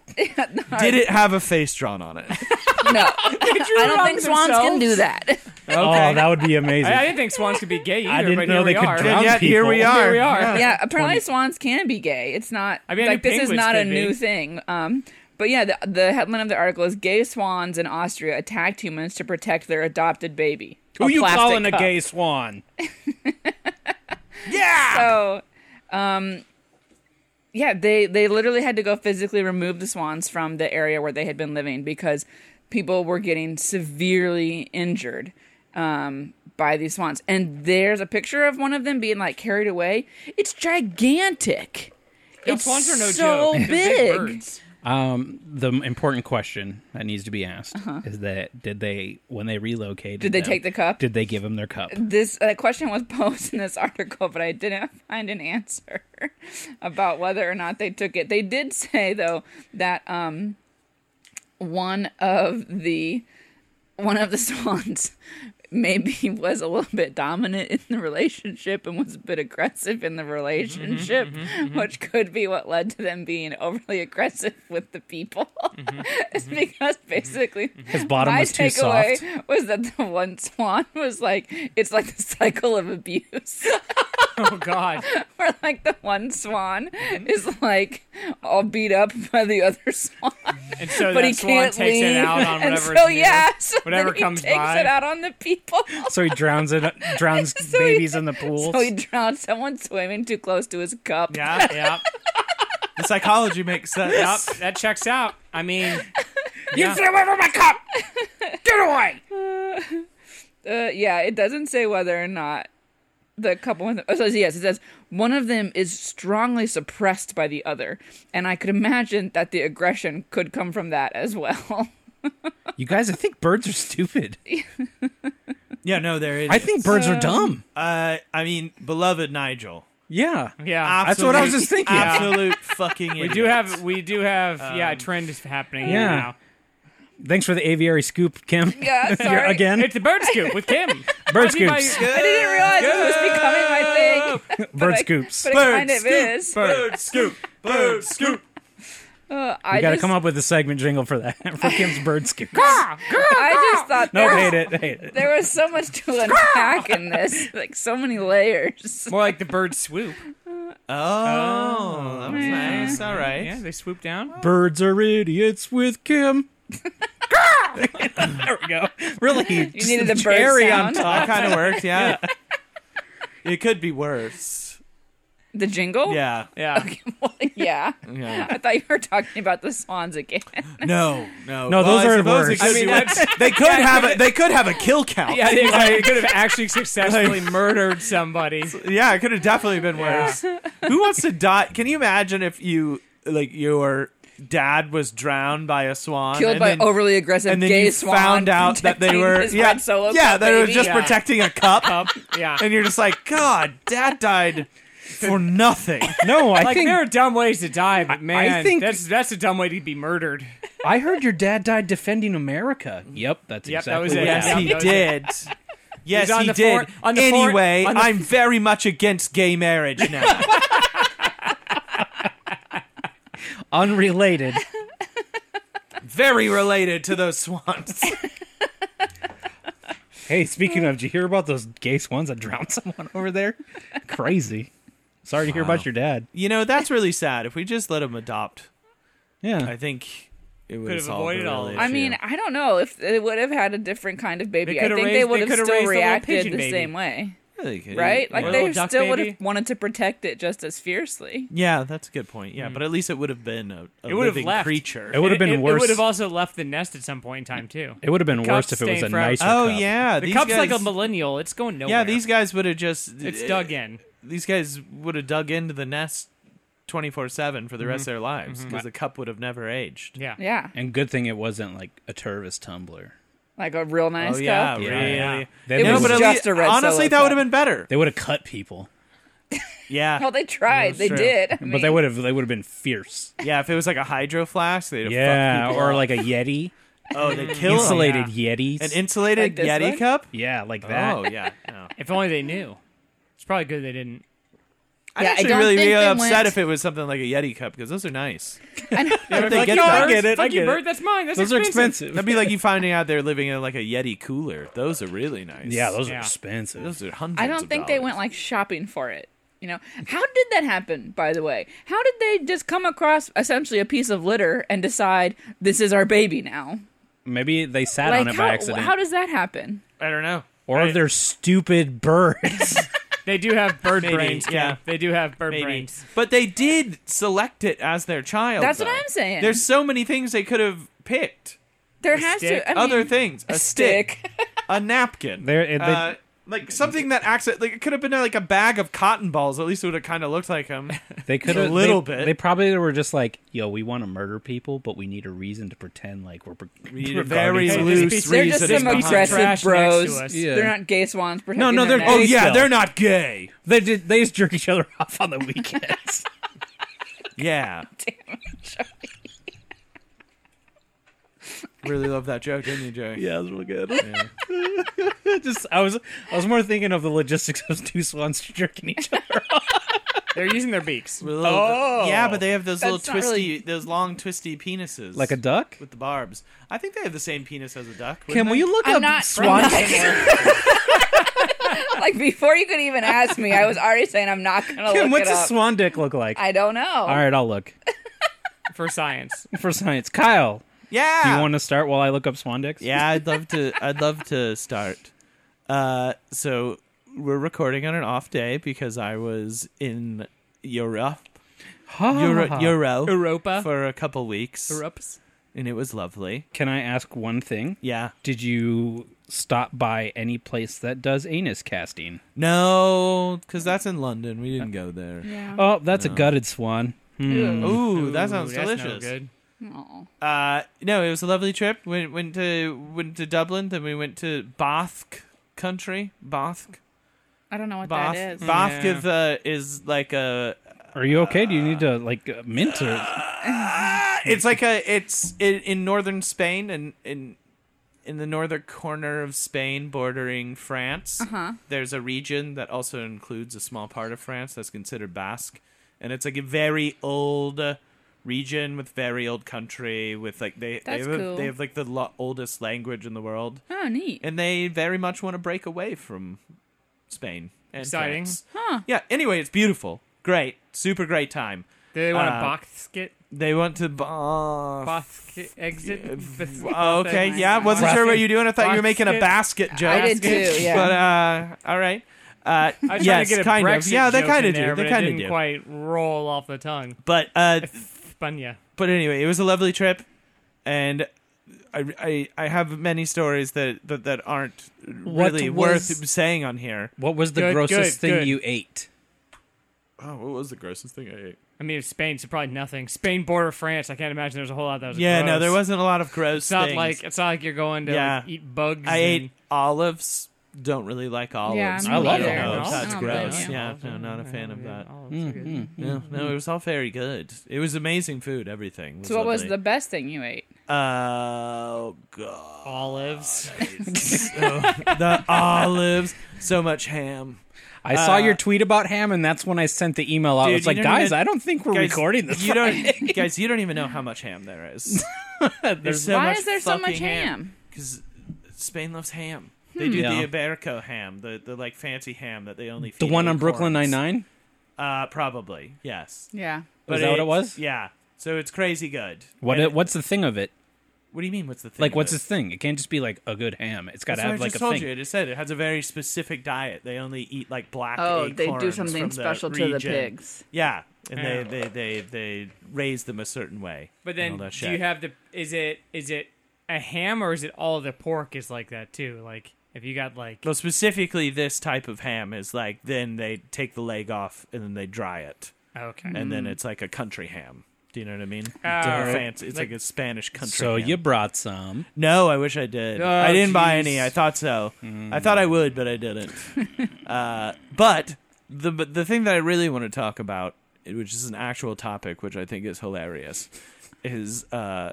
it have a face drawn on it?
*laughs*
No, I don't think swans can do that.
Oh, that would be amazing.
I, I didn't think swans could be gay either.
I didn't
but here
know they
we
could
are. Oh,
drown
And yet here we
people.
are.
Here we are.
yeah, apparently swans can be gay. It's not
I mean, I
like
knew
this is
penguins
not a
could be.
new thing. Um, but yeah, the, the headline of the article is "Gay Swans in Austria Attacked Humans to Protect Their Adopted Baby."
Who you
plastic
calling a
cup.
gay swan?
So, um, yeah, they they literally had to go physically remove the swans from the area where they had been living because people were getting severely injured um, by these swans. And there's a picture of one of them being like carried away. It's gigantic.
Yeah,
it's
swans are no
so *laughs*
joke. They're
big.
birds.
Um, the m- important question that needs to be asked is that did they when they
Uh-huh.
relocated?
Did they
them,
take the cup?
Did they give them
*laughs*
their cup?
this uh, question was posed in this article, but I didn't find an answer *laughs* about whether or not they took it. They did say though that um, one of the one of the swans *laughs* maybe was a little bit dominant in the relationship and was a bit aggressive in the relationship,
Mm-hmm,
which could be what led to them being overly aggressive with the people. *laughs* it's because basically
Mm-hmm, His bottom
my
was too
takeaway
soft.
was that the one swan was like it's like the cycle of abuse
Oh God.
*laughs* where like the one swan
Mm-hmm.
is like all beat up by the other swan
And so
but
that
he
swan
can't
takes
leave
it out on
and
whatever.
so
it's near.
yeah so
whatever
then he
comes
takes
by.
it out on the people
So he drowns it. Drowns
*laughs* So he-
babies in the pool.
so he drowned someone swimming too close to his cup
Yeah, yeah.
The psychology makes sense.
Yup, that checks out. I mean,
Uh, yeah, it doesn't say whether or not the couple. With oh, so yes, it says one of them is strongly suppressed by the other, and I could imagine that the aggression could come from that as well. *laughs*
you guys, I think birds are stupid.
Yeah, no, there it is.
I think birds are dumb.
Uh, I mean, beloved Nigel.
Yeah.
yeah.
Absolute,
That's what I was just thinking.
Absolute fucking.
we
Idiot.
do have we do have yeah a trend is happening here
Um, Yeah.
now.
Thanks for the aviary scoop, Kim. *laughs*
Yeah,
You're-
sorry.
again.
It's a bird scoop with Kim.
*laughs* Bird
I mean, my-
scoops.
I didn't realize it was becoming my thing.
Bird
I-
scoops.
But it kind of is.
bird scoop, bird scoop.
Uh,
We
I
got to
just,
come up with a segment jingle for that *laughs* for Kim's
*laughs*
bird scoops.
I just thought
No,
there,
hate it, hate it.
there was so much to unpack in this, like so many layers.
More like the bird swoop.
Oh, that was nice. All right.
Yeah, they swoop down.
Birds are idiots with Kim. there we go. Really,
You needed the bird sound,
That kind *laughs* of worked, yeah. It could be worse.
the jingle.
Yeah.
Yeah.
*laughs*
*laughs*
yeah.
yeah.
I thought you were talking about the swans again.
No, no.
No, those
I
are
suppose
worse.
it could
I mean,
be
that's-
worse. they could have a they could have a kill count.
Yeah, they, they could have actually successfully murdered
*laughs*
somebody.
Yeah, it could have definitely been *laughs* worse. Who wants to die? Can you imagine if you like your dad was drowned by a swan
killed
and
by
then,
overly aggressive
and then
gay
you
swan
found out that they
protecting
were
his
yeah,
red solo
yeah,
cup
they were
baby.
just
Yeah.
protecting a cup.
Up. Yeah.
and you're just like, God, Dad died for nothing.
No, I
like
think
there are dumb ways to die, but man,
think-
that's that's a dumb way to be murdered.
I heard your dad died defending America. Yep, that's
Yep, that
exactly
was
what
it.
*laughs* Yes,
Yeah.
happened.
he
Yeah.
did. Yes,
He's on
he
the
did.
for- on the for-
anyway,
on the-
I'm very much against gay
*laughs*
marriage now.
Unrelated.
very related to those swans.
*laughs* hey, speaking of, did you hear about those gay swans that drowned *laughs* someone over there? Crazy. Sorry to hear about your dad.
You know, that's really sad. If we just let them adopt, I
Yeah.
think it would
have avoided all of
I mean, I don't know if they would have had a different kind of baby.
They
I
could've
think they
raised-
would
they
have
could've
still
raised a little
reacted
pigeon
the
baby.
same way.
They could-
right? Like
Or
they
Little Duck
still would
Baby.
have wanted to protect it just as fiercely.
Yeah, that's a good point.
Mm.
Yeah, but at least it would have been a, a
It would have
living
left.
creature.
It would have been
it,
worse.
It would have also left the nest at some point in time too.
It would have been
Cup
worse if it was a
stayed forever.
nicer.
oh
cup.
yeah,
The
these
cup's like a
guys-
millennial. It's going nowhere.
yeah. These guys would have just
It's
eh,
dug in.
These guys would have dug into the nest twenty four seven for the rest of
Mm-hmm.
their lives because the cup would have never aged.
Yeah.
Yeah,
And good thing it wasn't like a Tervis tumbler.
like a real nice
oh
cup.
yeah,
Yeah.
really.
Yeah.
They
It
No,
was
but at
just
least,
a red
honestly,
solo
that would
cup.
have been better.
They would have cut people,
Yeah,
Well, they tried. They
true.
did. I
but they
mean,
would have they would have been fierce.
yeah. If it was like a hydro flask, they'd have
Yeah,
fucked people
or
up.
like a Yeti,
oh, they kill 'em.
insulated Yetis.
an insulated
Like this
Yeti
one?
cup.
yeah, like that.
Oh yeah.
*laughs*
No.
If only they knew. It's probably good they didn't.
I'd
Yeah, I
actually
don't
really
think
be
they
upset
went-
if it was something like a Yeti cup because those are nice.
*laughs* I
*laughs*
know.
If they
Fuck
get
you,
that-
bird.
get it,
Fuck
I
you,
get
bird.
it.
That's mine. That's
Those are expensive.
That'd be
*laughs*
like you finding out they're living in like a Yeti cooler. Those are really nice.
yeah, those are
Yeah.
expensive.
those are hundreds.
I don't
of
think they
dollars.
went like shopping for it. You know, how did that happen? By the way, how did they just come across essentially a piece of litter and decide this is our baby now?
Maybe they sat
Like,
on it
how,
by accident,
how does that happen?
I don't know.
or
Right.
they're stupid birds.
They do have bird brains. Ken.
yeah.
They do have bird
Maybe.
brains.
But they did select it as their child.
That's what
though.
I'm saying.
There's so many things they could have picked.
There
A
has
stick,
to I mean,
Other things, a,
a stick.
a napkin,
They're- they-
uh, like something that accident. Like it could have been uh, like a bag of cotton balls. At least it would have kind of looked like
*laughs*
them.
They could
A
have
little
they,
bit.
They probably were just like, "Yo, we want to murder people, but we need a reason to pretend like we're."
We need
we're
a very
guarding
loose
This
something."
piece of-
They're
reason
just some
behind-
aggressive
Trash next
bros.
to us.
Yeah.
They're not gay swans. protecting
no,
their
they're-
Oh
necks.
They
yeah,
still-
they're not gay.
They did. They just jerk each other *laughs* off on the weekends.
*laughs*
Yeah, really love that joke, didn't you, Joey?
yeah, it was real good. *laughs* just I was I was more thinking of the logistics of two swans *laughs* jerking each other.
They're using their beaks.
With a little-
Oh.
yeah, but they have those little
That's not
twisty,
really-
those long twisty penises,
Like a duck?
with the barbs. I think they have the same penis as a duck.
Kim, will you look
I'm
up
not-
swan? *laughs*
*laughs* like before you could even ask me, I was already saying I'm not gonna
Kim,
look
what's
it
a
up.
swan dick look like?
I don't know.
All right, I'll look
for
*laughs*
science.
for science. Kyle,
Yeah,
do you want to start while I look up swan dicks?
yeah, I'd love to. I'd love to start. Uh, so we're recording on an off day because I was in Europe, Euro, Euro,
Ah. Europa.
for a couple weeks,
Europas.
and it was lovely.
Can I ask one thing?
Yeah,
Did you stop by any place that does anus casting?
no, because that's in London. We didn't go there.
Oh, that's a gutted swan.
Ooh, that sounds
Mm. Ooh, that's no
delicious.
good.
Aw.
Uh, no, it was a lovely trip. Went went to went to Dublin, then we went to Basque country. Basque,
I don't know what
Basque,
that is.
Basque
Yeah.
is, uh, is like a.
Are you okay? Do you need to like uh, mint or?
It's like a. It's in, in northern Spain and in in the northern corner of Spain, bordering France. Uh-huh. There's a region that also includes a small part of France that's considered Basque, and it's like a very old uh, region with very old country with like they
That's
they have,
cool.
they have like the lo- oldest language in the world.
Oh, neat.
and they very much want to break away from Spain. And
Exciting.
France. Yeah. Anyway, it's beautiful. Great. Super great time.
Do they want a
Uh,
basket?
They want to. Uh,
Basket exit?
*laughs* oh, okay.
Basket?
Yeah. I wasn't sure what you were doing. I thought you were making a
Basket.
basket joke.
I did too, yeah.
But uh, all right. Uh,
I was
yes,
trying to get a
kind
Brexit
of. Yeah, they
joke in
kind of do.
there, but
they
it
kind of
didn't
do.
quite roll off the tongue.
But uh,
Bunya.
but anyway, it was a lovely trip, and I I, I have many stories that that, that aren't really worth
was-
saying on here.
What was the
Good,
grossest
good,
thing
good.
you ate?
Oh, what was the grossest thing I ate?
I mean, Spain, so probably nothing. Spain border France. I can't imagine there was a whole lot that was.
Yeah, no,
gross.
there wasn't a lot of gross.
It's not
things.
like it's not like you're going to
Yeah.
like, eat bugs.
I
and-
ate olives. Don't really like olives.
I'm I not
love
don't
either.
know if
olives.
That's
I don't
gross.
like
yeah,
olives.
no, not a fan of that.
Olives are good.
No,
Mm-hmm.
no, it was all very good. It was amazing food. Everything. Was
so, what was the
lovely.
best thing you ate?
Oh god,
Olives.
*laughs* the olives. So much ham.
I saw
Uh,
your tweet about ham, and that's when I sent the email out.
Dude,
it's
you
like,
don't
guys,
even-
I don't think we're
Guys,
recording this.
You don't, guys. You don't even know how much ham there
*laughs*
is. There's so
Why
much
is there so much
fucking
ham? Hmm.
because Spain loves ham. They do
Yeah.
the Iberico ham, the, the like fancy ham that they only feed
*laughs* the one
in
on Brooklyn Nine
corns.
Nine.
Uh, probably yes.
Yeah.
that what it
it's-
was?
Yeah. So it's crazy good.
What?
And
It, what's the thing of it?
What do you mean? What's the thing?
Like, what's
with
his thing? It can't just be like a good ham. It's got to
That's what
have
I
like
just
a
told
thing.
you. I just said it has a very specific diet. They only eat like black.
Oh, they do
acorns
something
from the
special to the
region.
pigs.
Yeah, and
Yeah.
they, they they they raise them a certain way.
But
and
then,
all that
do
shit.
you have the? Is it is it a ham or is it all the pork is like that too? Like if you got like
Well, specifically, this type of ham is like then they take the leg off and then they dry it,
okay,
and then it's like a country ham. Do you know what I mean?
Alright.
fancy. It's like, a Spanish country.
So
ham.
you brought some.
No, I wish I did.
Oh,
I didn't buy
jeez.
any. I thought so. I thought I would, but I didn't. uh, but the but the thing that I really want to talk about, which is an actual topic, which I think is hilarious, is uh,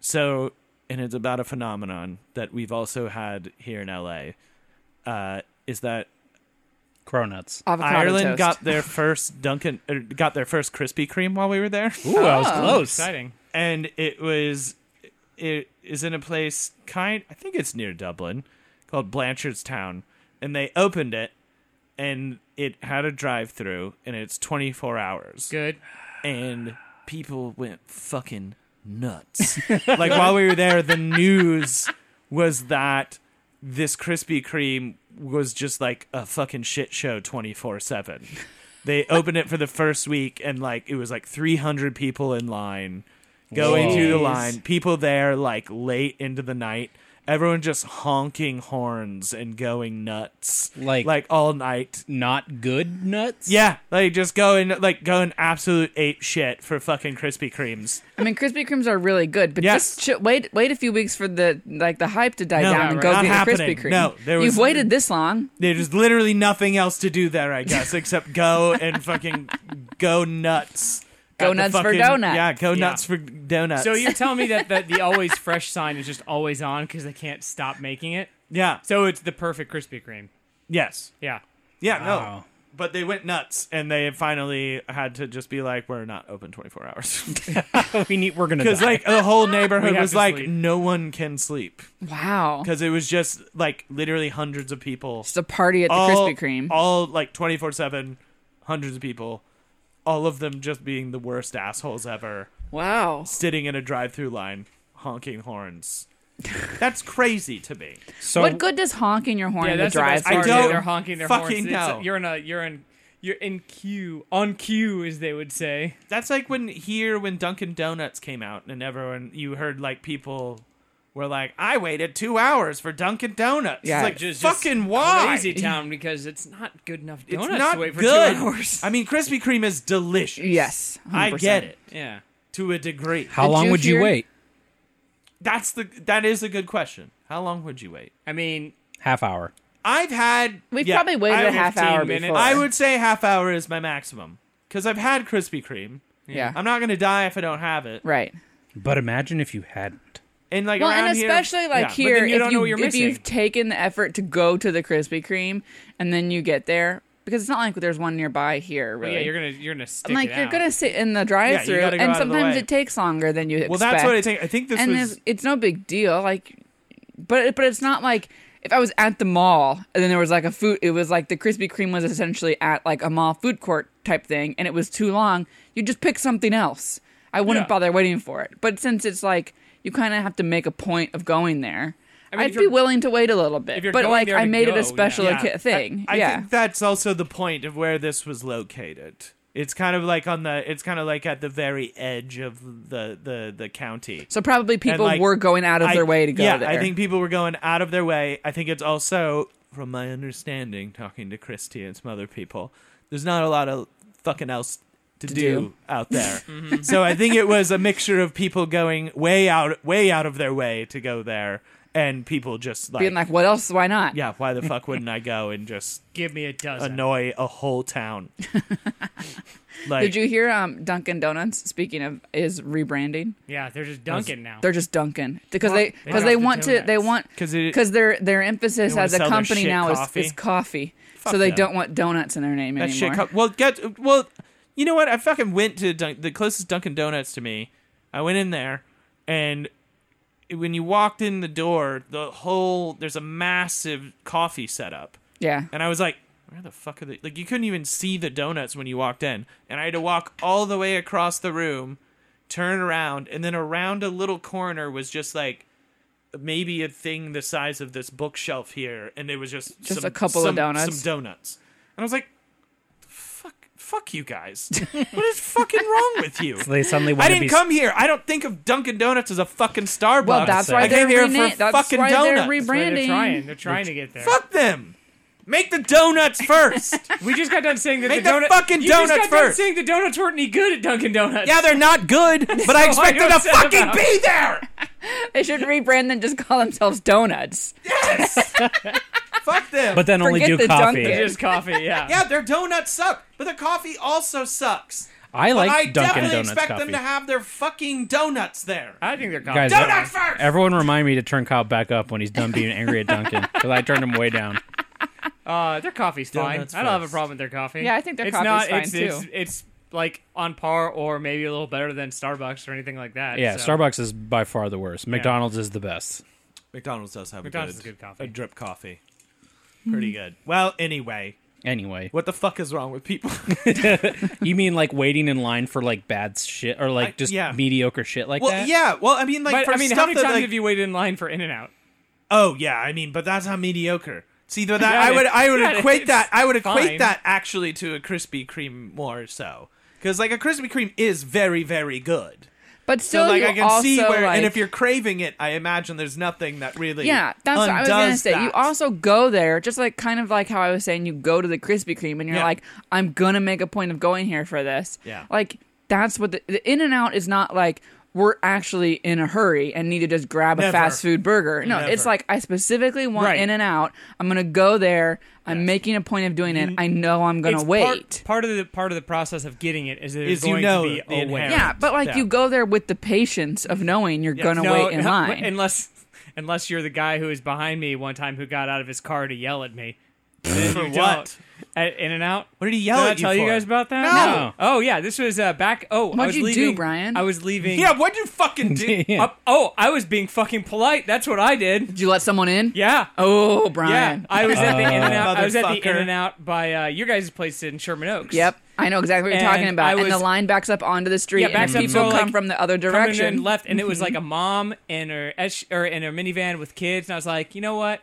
so, and it's about a phenomenon that we've also had here in LA. Uh, is that
Cronuts.
Avocado
Ireland
toast.
got their first Dunkin' er, got their first Krispy Kreme while we were there?
Ooh, I was
Oh.
close.
exciting.
and it was it is in a place kind I think it's near Dublin called Blanchardstown and they opened it and it had a drive through and it's 24 hours
Good.
and people went fucking nuts like while we were there the news was that this Krispy Kreme was just like a fucking shit show 24 7 they opened it for the first week and like it was like 300 people in line going through the
Jeez.
line people there like late into the night everyone just honking horns and going nuts
Like-
like all night
Not good nuts.
yeah like just going like going absolute ape shit for fucking krispy kremes
I mean, Krispy Kremes are really good, but
Yes.
just ch- wait, wait a few weeks for the like the hype to die
No,
down and
right.
go
not
get a
happening.
Krispy Kreme.
No, there was-
you've waited this long.
There's literally nothing else to do there, I
*laughs*
guess, except go and fucking go nuts.
Go
at the
nuts for donuts.
Yeah, go
Yeah.
nuts for donuts.
So you're telling me that the, the always fresh sign is just always on because they can't stop making it.
yeah. So
So it's the perfect Krispy Kreme.
yes.
Yeah.
Yeah.
Wow.
No. But they went nuts, and they finally had to just be like, "We're not open 24 hours," *laughs*
we need. We're gonna
because
die.
like the whole neighborhood
We have
was
to
like,
sleep.
"No one can sleep,"
Wow,
because it was just like literally hundreds of people.
it's a party at the
all,
Krispy Kreme.
All like 24 7, hundreds of people, all of them just being the worst assholes ever,
wow,
sitting in a drive through line, honking
*laughs*
horns. That's crazy to me.
so
what good does honking your horn
Yeah,
in the
that's the
drive?
best
I
part.
don't
they're honking their
fucking
horns. It's-
know.
You're in a you're in you're in queue on queue as they would say.
That's like when here, when Dunkin' Donuts came out, and everyone, you heard like people were like, I waited two hours for Dunkin' Donuts.
Yeah.
It's like,
Just- just
fucking why?
Crazy town because it's not good enough
It's
donuts
not
to wait for
good.
two hours.
I mean, Krispy Kreme is delicious.
Yes,
I
100%.
get it
Yeah.
to a degree.
how
Did
long
you
would you
hear-
wait?
That's the that is a good question. How long would you wait?
I mean,
Half hour.
I've had
We've
yeah,
probably waited
I
a
would-
half
15
hour
minutes.
before.
I would say half hour is my maximum because I've had Krispy Kreme.
yeah,
I'm not gonna die if I don't have it.
right.
But imagine if you hadn't.
And like
Well,
around
and especially
here,
like
yeah,
here,
but then you
if,
don't know what
you,
you're
if
missing.
you've taken the effort to go to the Krispy Kreme and then you get there, because it's not like there's one nearby here,
but
really.
yeah, you're gonna you're gonna stick
I'm like
it
you're
out.
gonna sit in the drive-through,
gotta go out
and
of the
sometimes
way.
it takes longer than you
well,
expect.
that's what I think. I think this
and
was
it's, it's no big deal, like, but it- but it's not like if I was at the mall and then there was like a food, it was like the Krispy Kreme was essentially at like a mall food court type thing, and it was too long. You just pick something else. I wouldn't
Yeah.
bother waiting for it. But since it's like you kind of have to make a point of going there. I
mean, if
would be
you're-
willing to wait a little bit,
if you're
but
going
like
there
I
to
made it
go,
a special
yeah.
oca- thing.
I, I
yeah,
think that's also the point of where this was located. It's kind of like on the. It's kind of like at the very edge of the the the county.
so probably people
like,
were going out of
I-
their way to go
yeah,
there.
I think people were going out of their way. I think it's also, from my understanding, talking to Christy and some other people, there's not a lot of fucking else to, do,
do. Mm-hmm. *laughs*
out there. So I think it was a mixture of people going way out, way out of their way to go there, and people just like,
being like, "What else? Why not?"
yeah, why the fuck wouldn't I go and
*laughs*
just
give me a dozen.
annoy a whole town? like,
Did you hear um, Dunkin' Donuts? Speaking of, is rebranding.
Yeah, they're just dunking now.
They're just Dunkin' because
they
they because
don't
they
have the
want to they
donuts.
want
'Cause it-
because their their
They
emphasis
wanna
as a
sell their
company
shit
now
coffee.
is is coffee.
Fuck
so they
them.
don't want donuts in their name
That
anymore.
shit. co- well, get well. You know what? I fucking went to Dunk- the closest Dunkin' Donuts to me. I went in there, and when you walked in the door, the whole there's a massive coffee setup,
yeah,
and I was like, "Where the fuck are they?" Like you couldn't even see the donuts when you walked in, and I had to walk all the way across the room turn around, and then around a little corner was just like maybe a thing the size of this bookshelf here, and it was just
Just
some-
a couple of
some-
donuts.
some donuts, and I was like, fuck, fuck you guys, *laughs* what is fucking wrong with you?
They suddenly want
I
to be
didn't come here. I don't think of Dunkin' Donuts as a fucking Starbucks.
Well, that's why
I
they're
came here for
rena- That's
fucking
why
donuts.
they're
That's why
rebranding.
They're trying. They're trying to get there.
Fuck them. Make the donuts
*laughs*
first.
We just got done saying that
Make
the
the
donut
fucking
you just
donuts
got done
first.
saying the donuts weren't any good at Dunkin' Donuts.
yeah, they're not good, but I
So I
expect them to
upset
fucking
about-
be there.
They should rebrand and just call themselves donuts.
*laughs*
Fuck them.
But then only
Forget
do
the
coffee.
*laughs*
Dunkin'.
just coffee. Yeah.
*laughs* yeah, their donuts suck, but their coffee also sucks.
I
But
like
I
Dunkin'
definitely
Donuts
expect
coffee.
them to have their fucking donuts there.
I think they're coffee.
Guys,
Donuts first.
Everyone remind me to turn Kyle back up when he's done being angry at Duncan because I turned him way down.
Uh, their coffee's fine.
Donuts
I don't have a
first.
problem with their coffee.
Yeah, I think their
it's
coffee's
not,
fine,
it's, It's,
too.
it's like on par or maybe a little better than Starbucks or anything like that.
Yeah,
so.
Starbucks is by far the worst. McDonald's is the best.
McDonald's does have
McDonald's is good coffee. Hmm.
a drip coffee. Pretty good. Well, anyway,
Anyway,
what the fuck is wrong with people?
you mean like waiting in line for like bad shit or like
I-
just
yeah.
mediocre shit like
well, *laughs*
that?
yeah. Well, I mean, like,
But
for
I mean,
stuff
how many
that,
times
like,
have you waited in line for In and Out?
Oh yeah, I mean, but that's not mediocre. See, though that
Yeah,
I would
*laughs*
I would
yeah,
equate
it's
that I would equate
fine.
that actually to a Krispy Kreme more so because like a Krispy Kreme is very very good.
But still,
so like
you
I can
also
see where
like,
and if you're craving it, I imagine there's nothing that really
yeah, that's what I was gonna
undoes
say. You
that.
also go there, just like kind of like how I was saying, you go to the Krispy Kreme and you're
Yeah.
like, I'm gonna make a point of going here for this.
Yeah.
like that's what the, the In and Out is not like. We're actually in a hurry and need to just grab a
Never.
fast food burger. No,
Never.
it's like I specifically want
Right.
In and Out. I'm gonna go there. I'm making a point of doing it. I know I'm gonna
It's
wait.
Part, part of the part of the process of getting it is that there's
Is you
going
know
to be
the
a wait.
inherent-
yeah, but like
Yeah.
you go there with the patience of knowing you're gonna
No,
wait in
*laughs* no,
line.
unless unless you're the guy who was behind me one time who got out of his car to yell at me.
for what?
In and Out.
What did he yell
Did I
at you
tell you
for?
guys about that?
No.
Oh yeah, this was uh, back. Oh, I
What'd
was
you do,
leaving-
Brian?
I was leaving.
Yeah, what'd you
*laughs*
fucking do?
Yeah.
Up- oh, I was being fucking polite. That's what I did.
Did you let someone in?
Yeah.
Oh,
Yeah,
Brian.
I was at the In and Out. I was at the
Motherfucker.
In and Out by uh, your guys' place in Sherman Oaks.
Yep, I know exactly what you're
And
talking about.
I
and the
was-
line backs up onto the street,
Yeah,
and
backs
then
up,
people
so,
come
like,
from the other
coming in
direction. Mm-hmm.
and left, and it was like a mom in her es- or in her minivan with kids, and I was like, you know what?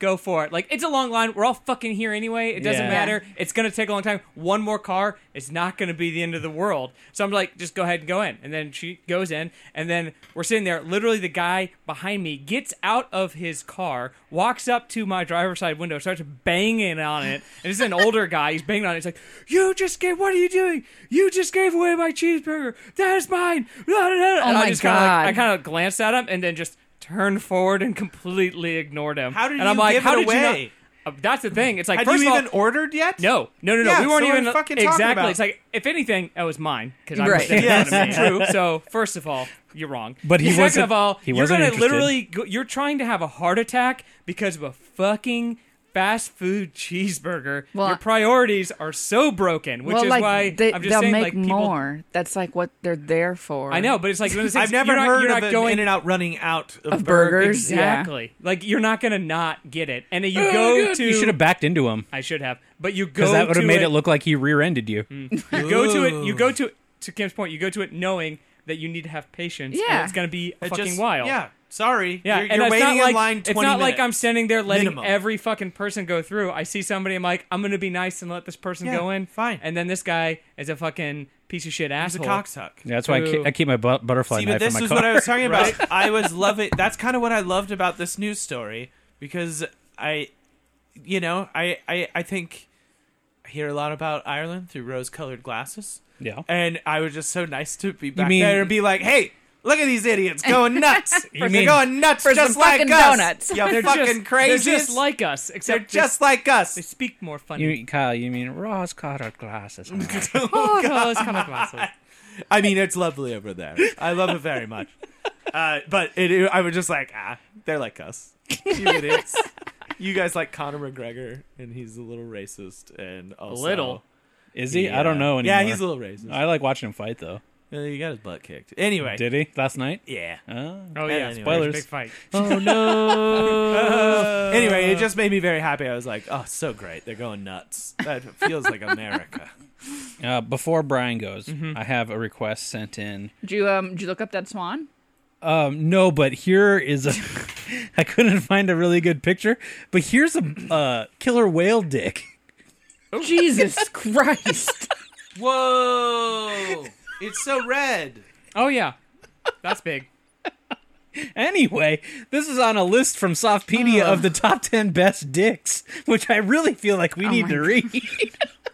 Go for it. Like it's a long line. We're all fucking here anyway. It doesn't
Yeah.
matter. It's gonna take a long time. One more car. It's not gonna be the end of the world. So I'm like, just go ahead and go in. And then she goes in, and then we're sitting there. Literally, the guy behind me gets out of his car, walks up to my driver's side window, starts banging on it. And it's an older *laughs* guy. He's banging on it. He's like, "You just gave. What are you doing? You just gave away my cheeseburger. That is mine." *laughs* Oh
my
I just Kinda
God.
like, I kind of glanced at him and then just turned forward and completely ignored him.
How did
and I'm
you
like,
give
how did
it away?
You not, Uh, that's the thing. It's like
Had
first
you
of all,
even ordered yet?
no, no, no, no.
Yeah,
we weren't
so what are
even
you fucking talking
exactly.
about?
It's like if anything, that was mine because I'm
Right.
standing
Yes,
in front of me. True. So first of all, you're wrong.
But he
second
wasn't-
of all,
he
you're
wasn't
gonna
interested.
literally go, you're trying to have a heart attack because of a fucking fast food cheeseburger.
Well,
Your priorities are so broken, which
well,
is
like
why
they,
I'm just
will
saying
make
like people
more. That's like what they're there for.
I know, but it's like
*laughs*
one of those
I've
things,
never
you're not,
heard
you're
of
not going
in and out running out of,
Of burgers. Yeah.
Exactly. Like you're not gonna not get it, and then you
Oh,
go
good.
to.
You should have backed into him
I should have, but you go
because that would
to
have made
it,
it look like he rear-ended you.
You go to it. You go to to Kim's point. You go to it knowing that you need to have patience.
Yeah.
and it's gonna be
It
fucking
just-
wild.
Yeah, sorry.
Yeah,
you're,
and
you're
it's
waiting
not like,
in line 20
It's not like
minutes.
I'm standing there letting
minimum.
every fucking person go through. I see somebody, I'm like, I'm gonna be nice and let this person
Yeah,
go in.
fine.
And then this guy is a fucking piece of shit
It's a
asshole.
cocksuck.
That's why I
Ooh.
keep, I keep my bu- butterfly
See,
knife
but
in
this
my
is
car.
what I was talking about. I was loving. That's kind of what I loved about this news story because I, you know, I I I think I hear a lot about Ireland through rose-colored glasses,
yeah.
*laughs* and I was just so nice to be back
mean-
there and be like, hey. Look at these idiots going nuts. They're
mean-
going nuts
For
just
some
like
fucking
us.
donuts.
You're
*laughs* They're
fucking
just,
crazy.
They're just like us,
They're
except
just
they,
like us.
they speak more funny.
You, Kyle, you mean rose colored
*laughs*
glasses?
*laughs*
oh, those kind of glasses.
I mean, it's lovely over there. I love it very much. Uh, but it, I was just like, ah, they're like us. You idiots. You guys like Conor McGregor, and he's a little racist, and also
little?
Is he? I don't know anymore.
Yeah, he's a little racist.
I like watching him fight though.
Uh, he got his butt kicked. Anyway,
Did he last night?
yeah. *laughs*
Oh.
Oh
yeah,
yeah,
anyway.
Spoilers.
Big fight.
Oh no!
Anyway, it just made me very happy. I was like, oh, so great. They're going nuts. That feels like America.
*laughs* Uh, before Brian goes,
Mm-hmm.
I have a request sent in.
Did you um did you look up that swan?
Um, no, but here is a. *laughs* I couldn't find a really good picture, but here's a uh, killer whale dick. *laughs*
Oh.
Jesus *laughs* Christ.
*laughs* Whoa! it's so red.
Oh yeah, that's big.
Anyway, this is on a list from Softpedia
Oh.
of the top 10 best dicks, which I really feel like we need
my
*laughs*
to read.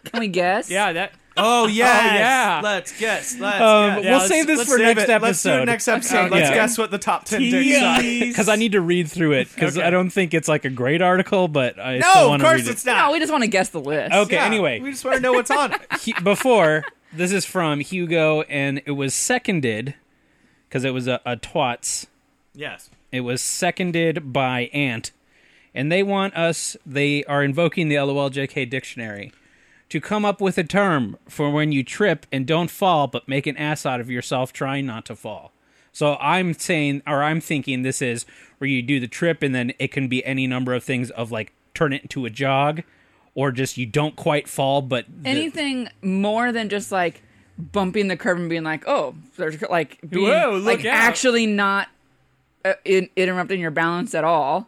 Can we guess?
Yeah, that.
Oh yes.
yeah.
Let's guess. Let's
Uh, Um,
guess.
we'll save this
let's
for
save
next
it. Let's do it
episode.
next episode. Let's
Yeah.
guess what the top ten dicks are.
Because I need to read through it because
Okay.
I don't think it's like a great article, but I still
No, of
want to read
course
it.
it's
No,
not.
we just want to guess the list.
Okay,
Yeah,
anyway.
we just want to know what's on it.
*laughs*
he, before this is from Hugo, and it was seconded because it was a, a twats.
Yes.
It was seconded by Ant, and they want us. They are invoking the LOLJK dictionary to come up with a term for when you trip and don't fall, but make an ass out of yourself trying not to fall. So I'm saying, or I'm thinking, this is where you do the trip, and then it can be any number of things of like turn it into a jog, or just you don't quite fall, but the-
Anything more than just like bumping the curb and being like, oh, there's like being
Whoa, look
like
out.
actually not uh, in- interrupting your balance at all.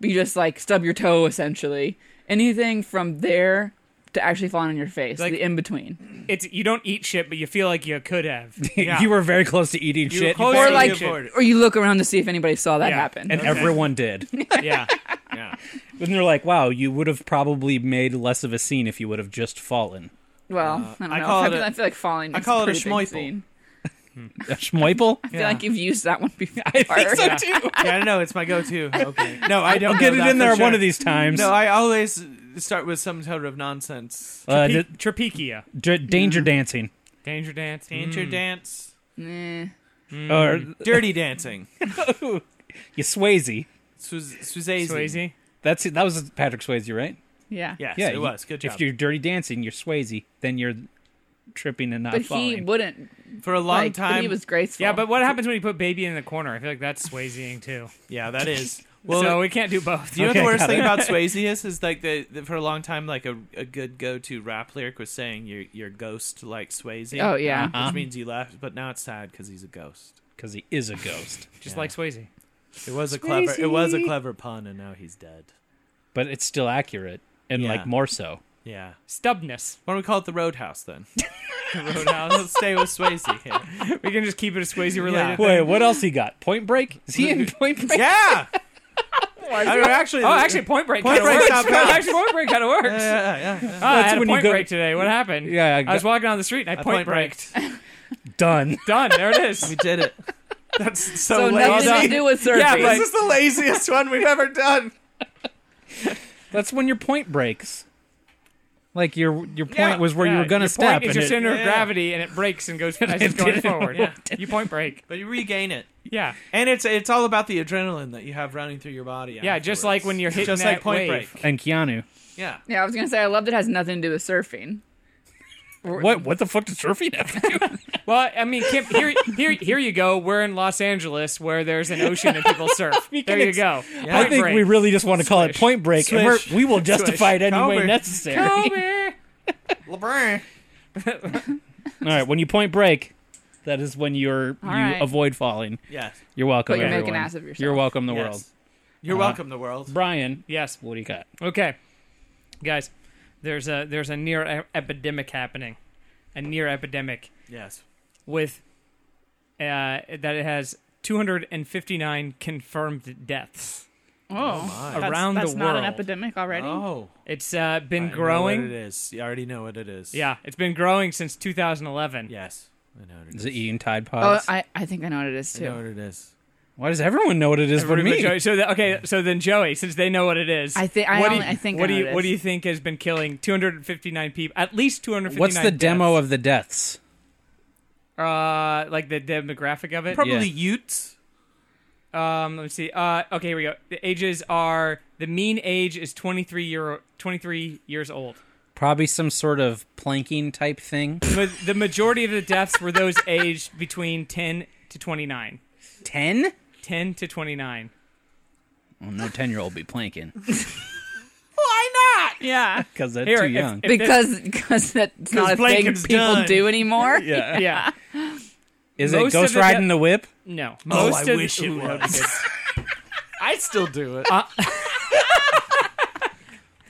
But you just like stub your toe essentially. Anything from there to actually falling on your face,
Like-
the in between,
It's you don't eat shit, but you feel like you could
*laughs*
have.
Yeah.
you were very close to eating
You
shit,
were close
or
to
like,
eating shit.
or you look around to see if anybody saw that
Yeah.
happen.
and everyone did. and
yeah,
Yeah.
they're like, "Wow, you would have probably made less of a scene if you would have just fallen."
well, I don't know.
I
I,
call it
feel,
a-
I feel like falling.
I
is
call it a
pretty big
schmoipel.
scene.
A Schmoipel?
I feel like you've used that one *laughs* before.
so too.
Yeah, I don't know. It's
*laughs*
my go-to. Okay. *laughs* No, I don't.
I'll get
know
it
that
in
for
there
sure.
one of these times.
No, I always start with some sort of nonsense.
*laughs* uh,
Pe-
d-
Trapechia,
d- danger
Mm-hmm.
dancing
danger dance,
Hmm.
Danger dance.
Nah.
Oh,
Mm-hmm.
or
Dirty dancing.
you Swayze.
Swaz- Swayze.
Swayze.
That's it. that was Patrick Swayze, right?
Yeah.
Yes,
Yeah,
it
you-
was. Good job.
If you're dirty dancing, you're Swayze. Then you're tripping and not
But
falling.
he wouldn't.
For a long
Like, but
time.
he was graceful.
Yeah, but what happens when you put baby in the corner? I feel like that's Swayzeing too.
Yeah, that is. Well,
so we can't do both.
Do you know
Okay,
what the worst
got
thing *laughs*
it.
about Swayze is? Is like the, the for a long time, like a, a good go to rap lyric was saying you're you're ghost like Swayze.
Oh, yeah.
which means you left, but now it's sad because he's a ghost.
because he is a ghost.
Just like Swayze.
It was a clever it was a clever pun, and now he's dead.
but it's still accurate and
Yeah.
like
*laughs*
more so.
Yeah,
Stubness.
why don't we call it the Roadhouse then? *laughs*
Roadhouse.
Let's stay with Swayze here.
*laughs*
we can just keep it a Swayze related.
Yeah.
thing.
Wait, what else he got? Point Break? Is he
*laughs*
in Point Break?
Yeah, I don't know, actually.
Oh, actually, Point Break.
Point
Point
Break's
break
not
works. *laughs*
bad.
actually, Point Break kind of works.
yeah, yeah, yeah.
Ah, I
That's
had a
when you
Point
go-
Break today. What happened?
Yeah, I
I,
got-
was walking down the street and I, Point,
Point
Braked.
Done.
Done. There it is.
we did it. *laughs* That's so,
so
lazy.
nothing to do with surgery.
Yeah, but-
this is the laziest one we've ever done.
That's when your point breaks. Like your your point
Yeah,
was *laughs* where you
Yeah,
were gonna
your
step,
Point is
and
your
it-
center of
Yeah.
gravity, and it breaks and
*laughs*
goes. It's just going
didn't
forward.
know.
Yeah. You Point Break.
But you regain it.
Yeah.
And it's it's all about the adrenaline that you have running through your body.
Yeah, just like when you're hitting
just
that
like Point
wave.
Break.
and Keanu.
Yeah,
Yeah, I was gonna say I love that it has nothing to do with surfing.
What what the fuck did surfing have to do?
Well, I mean, Kim, here, here, here you go. We're in Los Angeles, where there's an ocean and people
*laughs*
surf. There you
ex-
go.
I think we really just want to call it
Swish.
point break, and we're,
Swish.
we will justify it any way
Over.
necessary.
Kobe.
LeBron.
All right, when you point break, that is when you're you
right.
avoid falling.
Yes,
You're welcome.
But you make an
everyone.
ass of yourself.
You're welcome, the
Yes.
world.
You're
Uh,
welcome, the world.
Brian,
Yes.
what do you got?
Okay, guys, there's a there's a near e- epidemic happening, a near epidemic
Yes,
with uh, that it has 259 confirmed deaths.
Oh,
my.
around
that's
the
not
world.
an epidemic already.
Oh,
It's uh, been
I know what
growing.
it is. You already know what it is.
Yeah, it's been growing since 2011.
Yes, I know what it
Is
is.
it eating Tide
Oh,
Pods?
I, I think I know what it is
I know
too.
what it is.
Why does everyone know what it is
Everybody
but me?
Joey- so that, okay, so then Joey, since they know what it is,
I think I,
what do
only,
you,
I think
what
I
do
know
you
it
what
is.
do you think has been killing 259 people? At least 259.
What's the demo of the deaths?
of uh, like the demographic of it?
Probably Utes.
Um, let me see. Uh, okay, here we go. The ages are the mean age is 23 year 23 years old.
Probably some sort of planking type thing.
Ma- the majority of the deaths were
*laughs*
those aged between 10 to 29.
Ten?
10 to 29.
*laughs* Well, no ten year old be planking.
Why yeah.
because they're
Here,
too
if-
young.
if-
because *laughs* because that's not a thing
Blanken's
people
done.
do anymore.
yeah.
*laughs* Yeah.
Is
Most
it
of
Ghost
the de-
Riding the *laughs* Whip?
No.
Oh,
Most
I
of the-
wish it
Ooh, that
was.
be good.
I still do it.
Uh,
*laughs*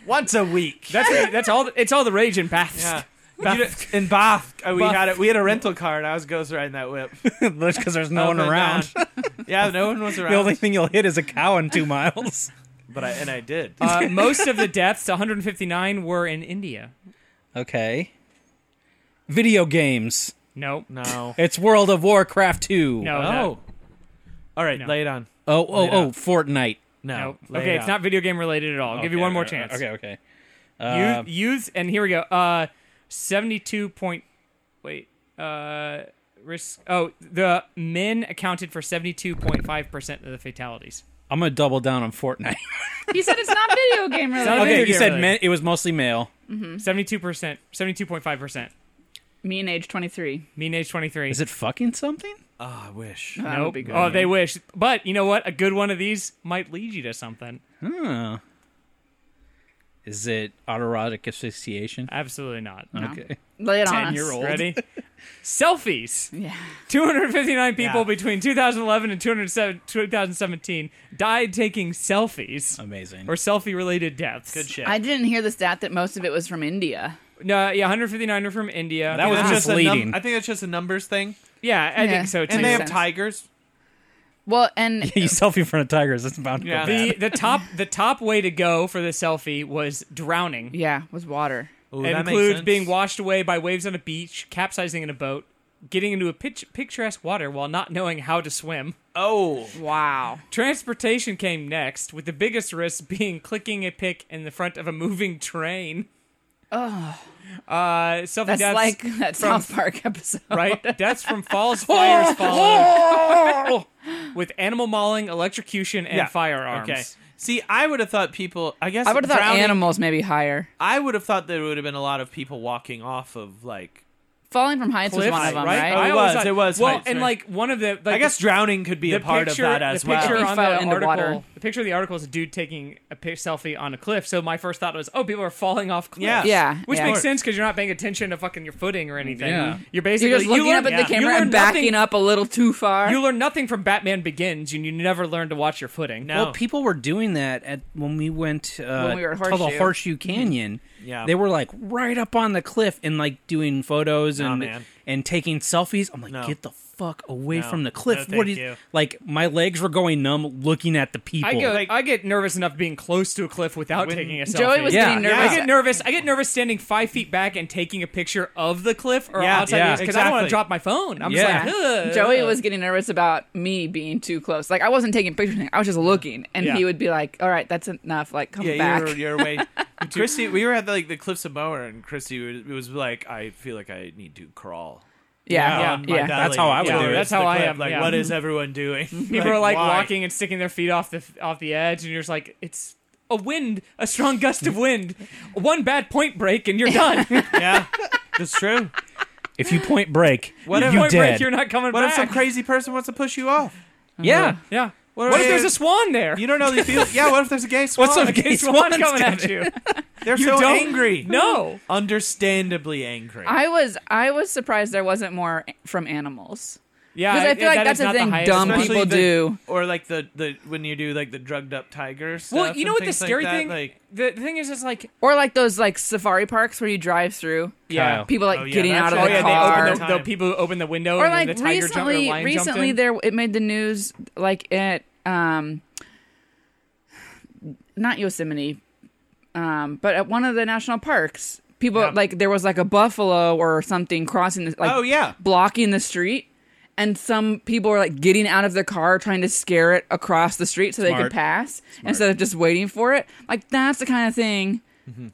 Once a week.
That's that's all. It's all the rage in Bath.
*laughs*
*laughs*
yeah. Bath- in Bath, uh, we
Bath.
had it. We had a rental car, and I was ghost riding that whip.
Because there's no
Oh
one
my
around.
God. Yeah, no one
*laughs*
was around.
The only thing you'll hit is a cow in two miles.
But I and I did.
Uh, most of the deaths, 159, were in India.
*laughs* Okay. Video games.
No,
*laughs* no.
It's World of Warcraft 2.
no,
Oh.
no,
All right,
No.
lay it on.
Oh, oh,
Laid
oh,
out.
Fortnite.
No.
no.
lay
Okay,
it
it's
on.
not video game related at all. I'll give you
Okay,
one more
okay,
chance.
Okay, okay.
Youth,
Uh,
youth, and here we go. Uh, 72 point. Wait. Uh, risk. Oh, the men accounted for 72.5 percent of the fatalities.
I'm going to double down on *laughs* Fortnite.
He said it's not video
*laughs*
game related.
Video
okay, you
game
said
related.
men, it was mostly male.
72 percent. 72.5 percent.
Mean age twenty three.
Mean age 23.
Is it fucking something?
Oh, I wish.
That
Nope.
would be good.
Oh, they wish. But you know what? A good one of these might lead you to something.
Huh. Is it autoerotic asphyxiation?
Absolutely not.
Okay.
Lay it on us.
10 year old. Ready? *laughs* Selfies.
Yeah.
259 people
Yeah.
between 2011 and 207 2017 died taking selfies
Amazing.
or selfie related deaths.
Good shit.
I didn't hear the stat that most of it was from India.
No, yeah, 159 are from India.
That was
That's just a
misleading.
I think that's just a numbers thing.
yeah, I
Yeah.
think so too.
And
And they
Makes
have
sense.
tigers.
Well,
*laughs*
and
*laughs* you selfie in front of tigers. That's bound to
Yeah.
go bad.
the the top the top way to go for the selfie was drowning.
yeah, was water.
Ooh,
it
that makes
includes
sense.
being washed away by waves on a beach, capsizing in a boat, getting into a pitch, picturesque water while not knowing how to swim.
Oh,
Wow.
Transportation came next, with the biggest risk being clicking a pick in the front of a moving train. Oh. Uh, selfie
That's
deaths,
like *laughs* that South Park episode.
*laughs*
*laughs*
right? Deaths from falls, fires, falling, *laughs* with animal mauling, electrocution, and
yeah.
firearms.
Okay. See, I would have thought people. I guess
I would have thought
drowning-
animals maybe higher.
I would have thought there would have been a lot of people walking off of like.
Falling from heights was
Cliffs,
one of them,
right?
right?
Oh,
I
it
always
was,
thought-
it was
Well,
heights,
and
right.
like one of the, like,
I guess drowning could be
the
a part
picture,
of that as
the
well.
picture
He
on
fell
the
into
article,
water.
the picture of the article is a dude taking a pic- selfie on a cliff. So my first thought was, oh, people are falling off cliffs.
Yeah.
Yeah,
which
yeah.
makes sense because you're not paying attention to fucking your footing or anything.
Yeah.
You're basically
You're just looking
Oh, you learn,
up at the
yeah.
camera
you learn
and backing
nothing,
up a little too far.
You learn nothing from Batman Begins, and you never learn to watch your footing.
No.
Well, people were doing that at when we went uh,
When we were at
to the
Horseshoe.
Horseshoe Canyon.
Yeah.
they were like right up on the cliff and like doing photos and
man.
and taking selfies. I'm like,
No.
get the fuck away
No.
from the
No,
cliff!
thank
what is
you.
like? My legs were going numb looking at the people.
I get
Like-
I get nervous enough being close to a cliff without
When-
taking a selfie.
*laughs* Joey was
Yeah.
getting
Yeah.
nervous.
I get nervous. I get nervous standing five feet back and taking a picture of the cliff or
Yeah,
outside
yeah,
because I don't want
exactly.
to drop my phone. I'm
Yeah.
just like, Ugh.
*laughs* Joey was getting nervous about me being too close. Like I wasn't taking pictures. I was just looking, and
Yeah.
he would be like, "All right, that's enough. Like come
Yeah,
*laughs* back."
you're,
*laughs*
you're way. Christy, we were at like the cliffs of Moher, and Christy was, was like, "I feel like I need to crawl."
yeah,
on my
yeah.
belly
That's how I would
towards
do it.
That's
the
how I
cliff.
am,
Like,
yeah.
what is
*laughs*
everyone doing?
People are like
why?
walking and sticking their feet off the off the edge, and you're just like, it's a wind, a strong gust of wind, one bad point break, and you're
*laughs*
done. *laughs*
Yeah, that's true.
if you point break,
What if
you
point
dead.
break, you're not coming
What if
back.
some crazy person wants to push you off?
yeah,
yeah. What,
What
if
if-
there's a swan there?
You don't know these people. Yeah, what if there's
*laughs*
a gay swan? *laughs*
up,
a
gay
swan
swan's
coming, at
coming.
you?
They're
You
so
don't-
angry.
No.
Understandably angry.
I was I was surprised there wasn't more from animals
Yeah,
because I feel like
that
that's
is not
a
the
thing
highest-
dumb
Especially
people
the-
do.
Or like the, the when you do like the drugged up tiger stuff.
Well, you know what
and
the
things like
scary
that,
thing?
Like,
the, the thing is, it's like
Or like those like safari parks where you drive through.
yeah.
Kyle.
People like
Oh, yeah,
getting
that's
out of
Oh
the
right.
yeah,
car.
they
open
open the, the people who open the window
or
and
like
the tiger jump- or
recently,
lion jumped
recently
in.
there it made the news like at um, not Yosemite, um, but at one of the national parks, people
Yeah.
like there was like a buffalo or something crossing the like
Oh, yeah.
blocking the street. And some people were like getting out of their car trying to scare it across the street so they could
Smart.
pass instead of just waiting for it. Like that's the kind of thing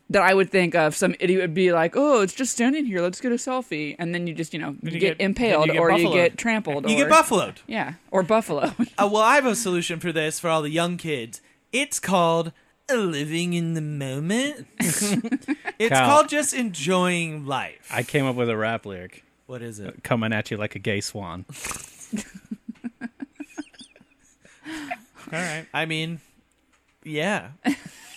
that I would think of. Some idiot would be like, "Oh, it's just standing here. Let's get a selfie," and then you just you know
you
get,
get-
impaled
then you get
or you
buffaloed.
get trampled.
you
or,
get buffaloed.
Yeah, or buffalo.
*laughs*
*laughs*
Uh, well, I have a solution for this for all the young kids. It's called living in
*laughs*
the moment. it's
Cal.
called just enjoying life.
I came up with a rap lyric
what is it?
coming at you like a gay swan.
All right. *laughs*
I mean, yeah.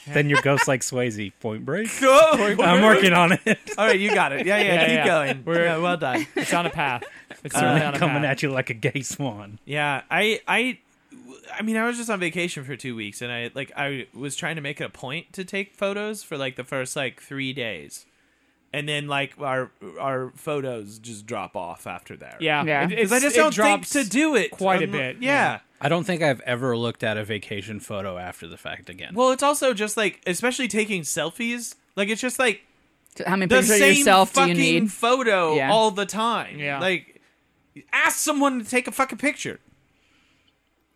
then your ghost like Swayze. Point Break.
Go.
I'm working on it.
All right, you got it. Yeah, yeah.
Yeah,
keep
yeah.
going. Yeah, well done.
It's on a path.
*laughs* Uh,
It's certainly
I'm
on a
*laughs* coming
path.
at you like a gay swan.
Yeah, I, I, I mean, I was just on vacation for two weeks, and I like I was trying to make it a point to take photos for like the first like three days, and then like our our photos just drop off after that.
Yeah,
Yeah.
It-
'Cause I
it's-
just
it
don't think
drops
to do it
quite a
unle-
bit,
Yeah.
I don't think I've ever looked at a vacation photo after the fact again.
Well, it's also just like, especially taking selfies. Like it's just like
How many
the
pictures of
same
yourself do you
fucking
need?
photo
Yeah.
all the time.
Yeah.
Like, ask someone to take a fucking picture.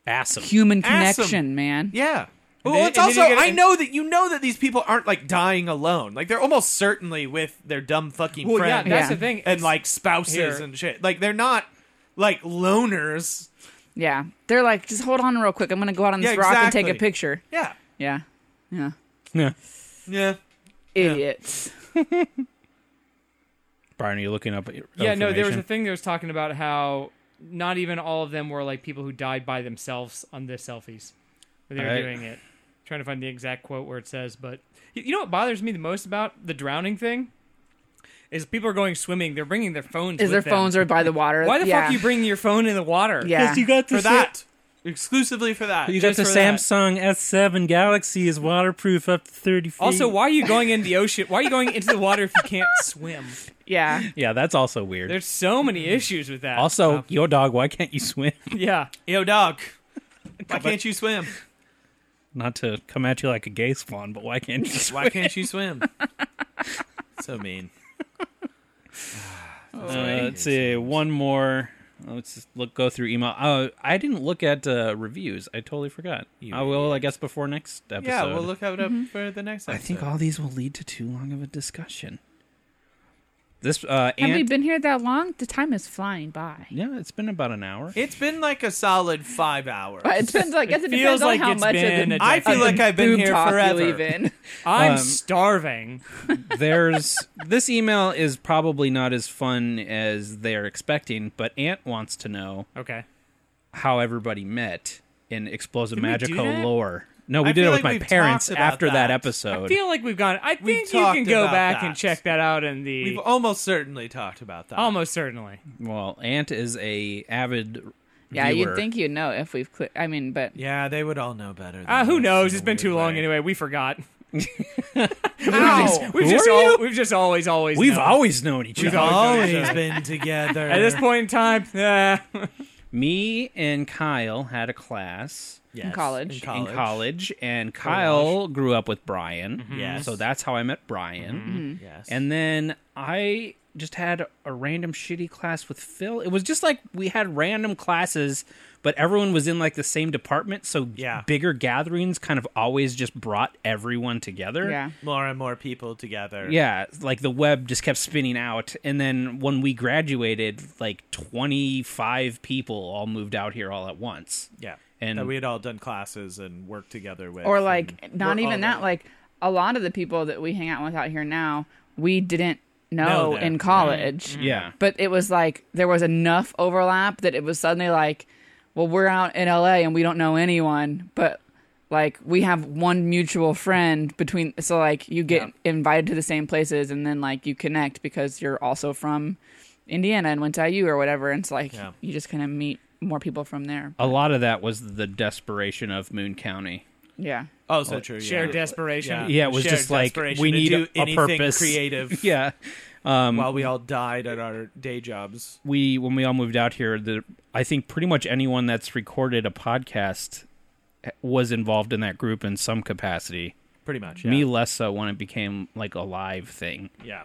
awesome.
Human
Ask 'em.
connection, man.
Yeah. Well,
then-
it's
and then
also
you get-
I know that you know that these people aren't like dying alone. Like they're almost certainly with their dumb fucking
Well, yeah,
friends
that's
Yeah.
the thing.
and like spouses
Here.
and shit. Like they're not like loners.
Yeah. They're like, just hold on real quick. I'm going to go out on this
Yeah,
rock and take a
exactly.
picture.
Yeah.
Yeah. Yeah.
Yeah.
Yeah.
Idiots.
Brian, are you looking up?
yeah, no, there was a thing that was talking about how not even all of them were like people who died by themselves on the selfies. They were
Right.
doing it. Trying to find the exact quote where it says, but you you know what bothers me the most about the drowning thing is people are going swimming. They're bringing their phones.
Is
with
their
them.
phones are by the water?
Why the
yeah.
fuck are you bringing your phone in the water?
Yeah.
you got the
For that. Exclusively for that.
You got
Just
the
for that.
Samsung S7 Galaxy is waterproof up to 30 feet.
Also, why are you going in the ocean? Why are you going into the water if you can't *laughs* swim?
Yeah.
yeah, that's also weird.
There's so many issues with that. Uh,
also, yo dog, why can't you swim? *laughs*
yeah.
Yo, dog. Why can't you swim?
Not to come at you like a gay swan, but why *laughs* can't you swim?
Why can't you swim? so mean.
Uh, let's see, one more. Let's just look go through email. Oh, I didn't look at uh, reviews. I totally forgot. I will, I guess, before next episode.
Yeah, we'll look it up for the next
I
episode.
think all these will lead to too long of a discussion. This uh,
Have we
and
been here that long? The time is flying by.
yeah, it's been about an hour.
It's been like a solid five hours.
But it depends. I guess it, depends
feels
on
like
how
it's
much of
been
the
a
I feel
decade.
like I've been
boob
here
talk
forever.
you leave in.
I'm
Um,
starving.
There's *laughs* this email is probably not as fun as they're expecting, but Ant wants to know
Okay.
how everybody met in explosive
we do
magical
that?
lore. No, we
I
did
feel
it with
like
my
we've
parents
talked about
after that,
that.
episode.
I feel like we've gone. I
We've
think you can
talked
go
about
back
that.
and check that out in the
We've almost certainly talked about that.
almost certainly.
well, Ant is a avid
Yeah,
viewer.
you'd think you'd know if we've. Cl- I mean, but
Yeah, they would all know better. Than
Uh, who
us
knows?
in a
It's been
weird
too long
way.
anyway. We forgot.
Ow!
We've
Who
just
are
al-
you?
we've just always always
We've
known.
always known each
We've
*laughs*
other.
always been together.
at this point in *laughs* time. eh.
Me and Kyle had a class
Yes,
In college.
in college, and Kyle grew up with Brian.
Yes.
So that's how I met Brian.
Yes.
And then I just had a random shitty class with Phil. It was just like we had random classes, but everyone was in like the same department, so
Yeah.
bigger gatherings kind of always just brought everyone together.
yeah,
more and more people together.
Yeah, like the web just kept spinning out and then when we graduated, like 25 people all moved out here all at once.
Yeah.
And-
that we had all done classes and worked together with.
or
and
like not
we're all
even that.
there.
Like a lot of the people that we hang out with out here now, we didn't
Know
know
them, Mm-hmm.
in
right.
college.
Yeah.
but it was like there was enough overlap that it was suddenly like, well, we're out in LA and we don't know anyone, but like we have one mutual friend between. So like you get invited to the same places and then like you connect because you're also from Indiana and went to IU or whatever, and it's like
Yeah.
you just kind of meet more people from there.
A lot of that was the desperation of Moon County.
Yeah.
oh, so true. Yeah.
Shared desperation.
Yeah.
Yeah, it was
Shared
just like
desperation
we
to
need
do
a- a
anything
purpose.
*laughs*
creative.
Yeah.
While we all died at our day jobs.
we when we all moved out here, the I think pretty much anyone that's recorded a podcast was involved in that group in some capacity.
Pretty much. Yeah.
Me less so when it became like a live thing,
yeah.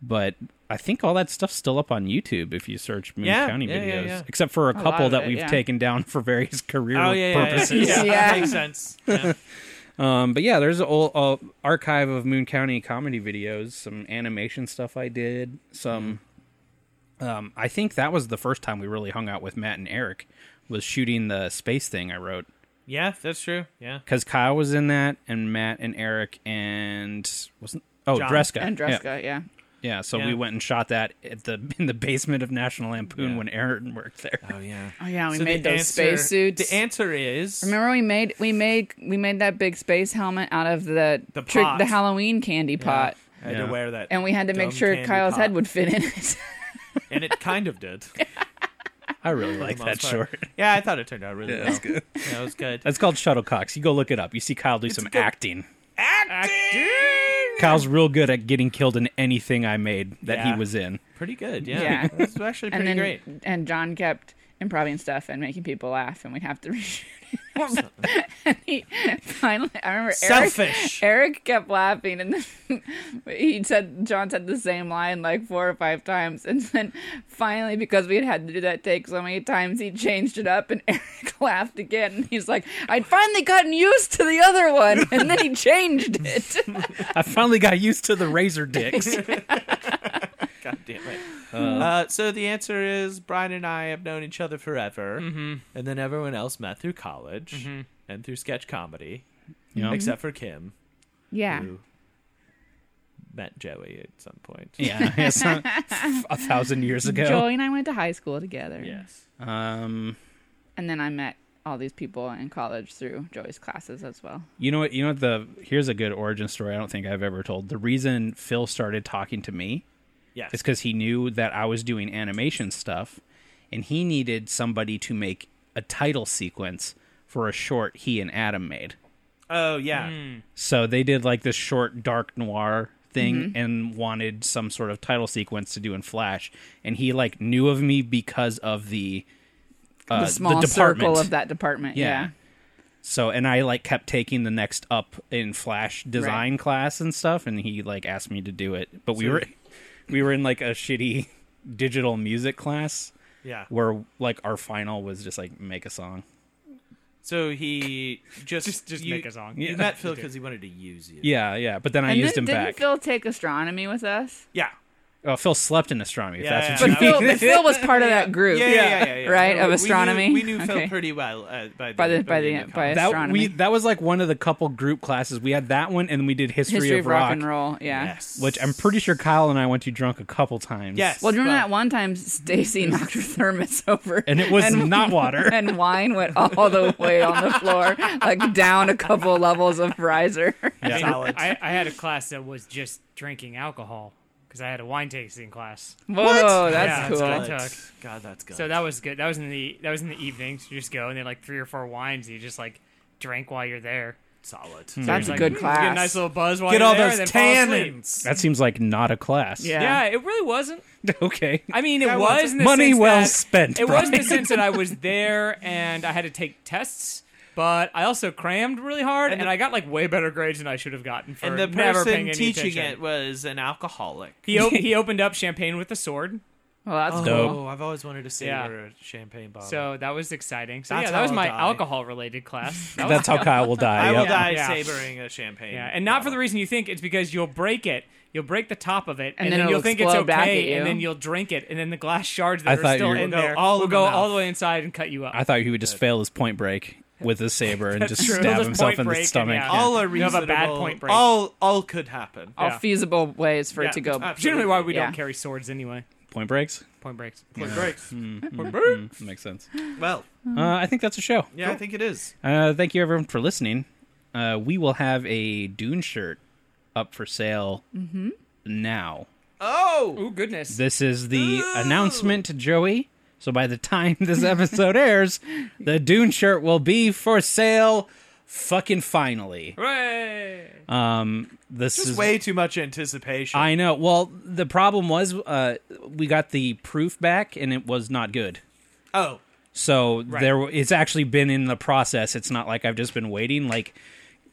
but I think all that stuff's still up on YouTube if you search Moon
Yeah,
County
yeah,
videos,
yeah, yeah.
except for a
lot
couple
of
that
it,
we've
yeah.
taken down *laughs* for various career
Oh yeah, yeah,
purposes.
Yeah,
Yeah.
That makes sense. Yeah.
Um, but yeah, there's an old uh, archive of Moon County comedy videos, some animation stuff I did, some. Um, I think that was the first time we really hung out with Matt and Eric, was shooting the space thing I wrote
yeah, that's true. Yeah.
because Kyle was in that, and Matt and Eric and wasn't oh
John.
Dreska
And
yeah.
Dreska, yeah.
Yeah, so
Yeah.
we went and shot that at the in the basement of National Lampoon when Aaron worked there.
*laughs* Oh yeah.
Oh yeah, we
So
made
the
those
answer-
spacesuits.
The answer is
Remember we made we made we made that big space helmet out of the
The
trick-
pot.
the Halloween candy pot,
I had
Yeah.
to wear that,
and we had to make
dumb
sure
candy
Kyle's
pot.
head would fit in it. *laughs*
and it kind of did.
I really *laughs* like
the
that
most part.
short.
Yeah, I thought it turned out really well.
that's good.
Yeah, it was good.
That's called Shuttlecocks. You go look it up. You see Kyle do some
good-
acting.
Acting!
Kyle's real good at getting killed in anything I made that
Yeah.
he was in.
Pretty good, yeah.
Yeah.
It was actually
*laughs* and
pretty
then
great.
and John kept improvising stuff and making people laugh, and we'd have to *laughs* reshoot.
*laughs*
it. and he finally, I remember Eric,
Selfish.
Eric kept laughing, and then *laughs* he said, John said the same line like four or five times. And then finally, because we had had to do that take so many times, he changed it up, and *laughs* Eric laughed again. And he's like, I'd finally gotten used to the other one, and then he changed it. *laughs*
I finally got used to the razor dicks.
God damn it. Uh, so the answer is Brian and I have known each other forever, and then everyone else met through college and through sketch comedy,
Yeah.
except for Kim,
yeah.
who met Joey at some point.
yeah, it's not- f- a thousand years ago.
Joey and I went to high school together.
Yes.
Um,
And then I met all these people in college through Joey's classes as well.
you know what? You know what? The here's a good origin story. I don't think I've ever told. The reason Phil started talking to me
Yes.
is because he knew that I was doing animation stuff, and he needed somebody to make a title sequence for a short he and Adam made.
Oh, yeah.
So they did like this short dark noir thing
Mm-hmm.
and wanted some sort of title sequence to do in Flash, and he like knew of me because of the uh,
the small
department.
circle of that department.
Yeah.
Yeah.
So and I like kept taking the next up in Flash design class and stuff, and he like asked me to do it, but we
So-
were we were in like a shitty *laughs* digital music class
Yeah.
where like our final was just like make a song.
So he just
Just- just
you-
make a song.
You
Yeah.
met Phil because he wanted to use you.
Yeah, yeah. But then I
and
used
then
him
didn't
back.
Phil take astronomy with us?
Yeah.
oh, Phil slept in astronomy.
Yeah,
if that's
yeah,
what
yeah.
you
But
But
mean.
Phil, but Phil was part of
*laughs*
that group.
Yeah, yeah, yeah, yeah, yeah.
Right,
We-
of
we knew-
astronomy?
We knew, Phil
Okay.
pretty well uh, by,
By the- by the-
of
by-
college.
that
astronomy.
we that was like one of the couple group classes we had. That one, and we did history,
History of rock, and roll. Yeah.
yes,
which I'm pretty sure Kyle and I went to drunk a couple times.
yes.
Well, do you remember
but-
that one time
*laughs*
Stacy knocked her thermos over,
And it was *laughs* not water.
and wine went all the way on the
*laughs*
floor, like down a couple levels of riser. *laughs*
I, mean,
Solid.
I, I had a class that was just drinking alcohol because I had a wine tasting class.
Whoa,
Yeah,
that's
it's
cool.
good.
God,
Tuck.
God, that's good.
So that was good. That was in the that was in the evening. So you just go and then like three or four wines. And you just like drank while you're there.
solid.
Hmm. That's
Like,
a good
you
class.
Get a nice little buzz while
Get
you're
all
there,
those
and then fall asleep.
tannins.
that seems like not a class.
yeah.
Yeah, it really wasn't.
*laughs* okay.
I mean, it
That
was
was-
in the
Money
sense
well
that-
spent,
It was in the
Brian.
sense that I
*laughs*
was there and I had to take tests, but I also crammed really hard and,
the-
I got like way better grades than I should have gotten for
and the
never paying
person
any
teaching
attention.
it was an alcoholic.
He
*laughs*
op- he opened up champagne with a sword,
Well, that's
oh,
dope.
I've always wanted to
Yeah.
savor a champagne bottle.
so that was exciting. So
That's
yeah, that was
how
my
I'll die.
alcohol related class. That was-
That's how Kyle will die.
I will
yep.
die
Yeah.
savoring a champagne.
yeah, and not for the
bottle.
reason you think. It's because you'll break it. You'll break the top of it, and,
And then
then,
it'll
you'll think it's
explode back
okay,
at you.
and then you'll drink it, and then the glass shards
I
that
thought
are still
you were-
in
Will go
there
all
will
in
go
the
all
mouth.
the way inside and cut you up.
I thought he would just fail his point break with his saber and just
true.
stab
Still just
himself
Point
in the
Break,
stomach.
yeah.
all are
You have a
reasonable.
bad point break.
All all could happen.
all
Yeah.
feasible ways for
Yeah.
it to go.
Uh,
Generally, why we
Yeah.
don't carry swords anyway.
Point breaks?
Point breaks.
Point breaks.
Mm, makes sense.
Well,
Uh, I think that's a show.
yeah, I think it is.
Uh, thank you, everyone, for listening. Uh, we will have a Dune shirt up for sale now.
Oh,
Oh goodness!
This is the announcement, Joey. So by the time this *laughs* episode airs, the Dune shirt will be for sale. Fucking finally.
Hooray!
Um, this
just
is
way too much anticipation.
I know. Well, the problem was uh, we got the proof back, and it was not good.
oh,
So there, it's actually been in the process. It's not like I've just been waiting, like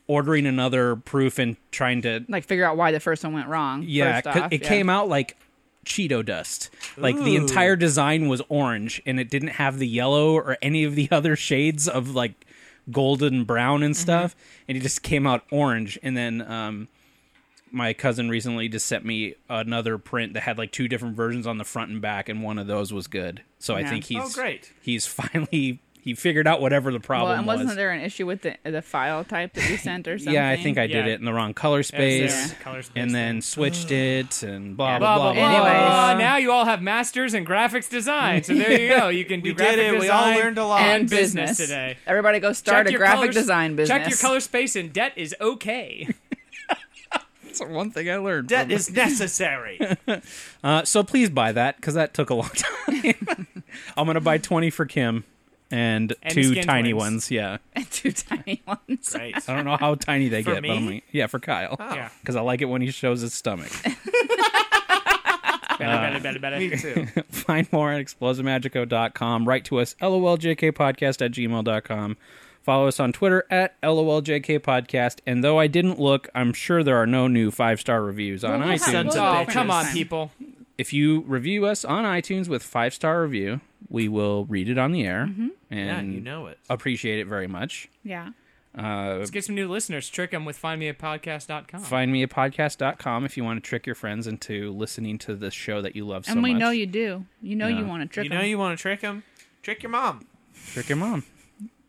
ordering another proof and trying to.
Like figure out why the first one went wrong.
Yeah,
first
'cause
off,
it
yeah.
came out like Cheeto dust. Like the
Ooh.
entire design was orange, and it didn't have the yellow or any of the *laughs* other shades of like golden brown and stuff. And it just came out orange, and then. um my cousin recently just sent me another print that had like two different versions on the front and back, and one of those was good. So I
Yeah.
think he's *laughs*
Oh, great.
He's finally He figured out whatever the
Well,
problem
and wasn't
was.
there an issue with the the file type that you sent or something?
*laughs* Yeah, I think I did
Yeah.
it in the wrong color
It's
space,
their color space
and then
thing.
switched it, and blah
Yeah.
blah
Blah,
blah.
blah,
blah.
blah, blah, blah.
Anyways.
Now you all have masters in graphics design. So there you go. You can do
we
graphic
did
design.
it. We all learned a lot.
and
and
business
business.
today.
Everybody go start
Check
a
your
graphic
colors-
design business.
Check your color space and debt is okay.
That's *laughs* one thing I learned.
Debt is
*laughs*
necessary.
Uh, so please buy that because that took a long *laughs* time. I'm gonna buy 20 for Kim and,
And
two
skin
tiny
twins.
ones. Yeah,
*laughs* and two tiny ones.
*laughs*
right.
I don't know how tiny they
For
get, but I'm
me?
like, yeah, for Kyle.
Yeah.
Because I like it when he shows his stomach. *laughs*
Better, better, better, better.
Me too.
Find more at explosivemagico.com. Write to us, loljkpodcast at gmail.com. Follow us on Twitter at loljkpodcast. And though I didn't look, I'm sure there are no new five star reviews on
Well, we'll have-
iTunes.
Sons of
we'll-
Oh, come on,
Time.
people.
If you review us on iTunes with five star review, we will read it on the air
Yeah,
and
you know it.
appreciate it very much.
Yeah.
Uh,
Let's get some new listeners. Trick them with findmeapodcast.com.
find me at podcast.com if you want to trick your friends into listening to the show that you love so
and we
much.
know you do. You know
Yeah.
you want to trick
You know
'em.
you want to trick him? Trick your mom.
Trick your mom.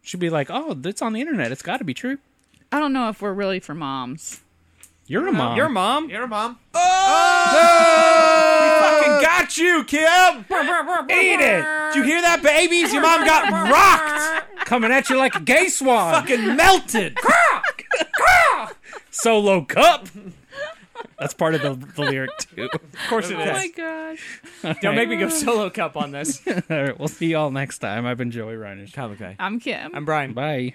She'd be like, oh, that's on the internet. It's got to be true.
I don't know if we're really for moms.
You're a mom.
Your mom?
You're a mom.
Oh!
fucking got you, Kim! Eat it!
Did you hear that, babies? Your mom got rocked.
coming at you like a gay swan.
Fucking melted.
Solo cup. That's part of the, the lyric too. *laughs*
Of course it
Oh
is.
my gosh.
Don't make me go solo cup on this.
All right, we'll see y'all next time. I've been Joey Reinish.
Comic guy.
I'm Kim.
I'm Brian.
Bye.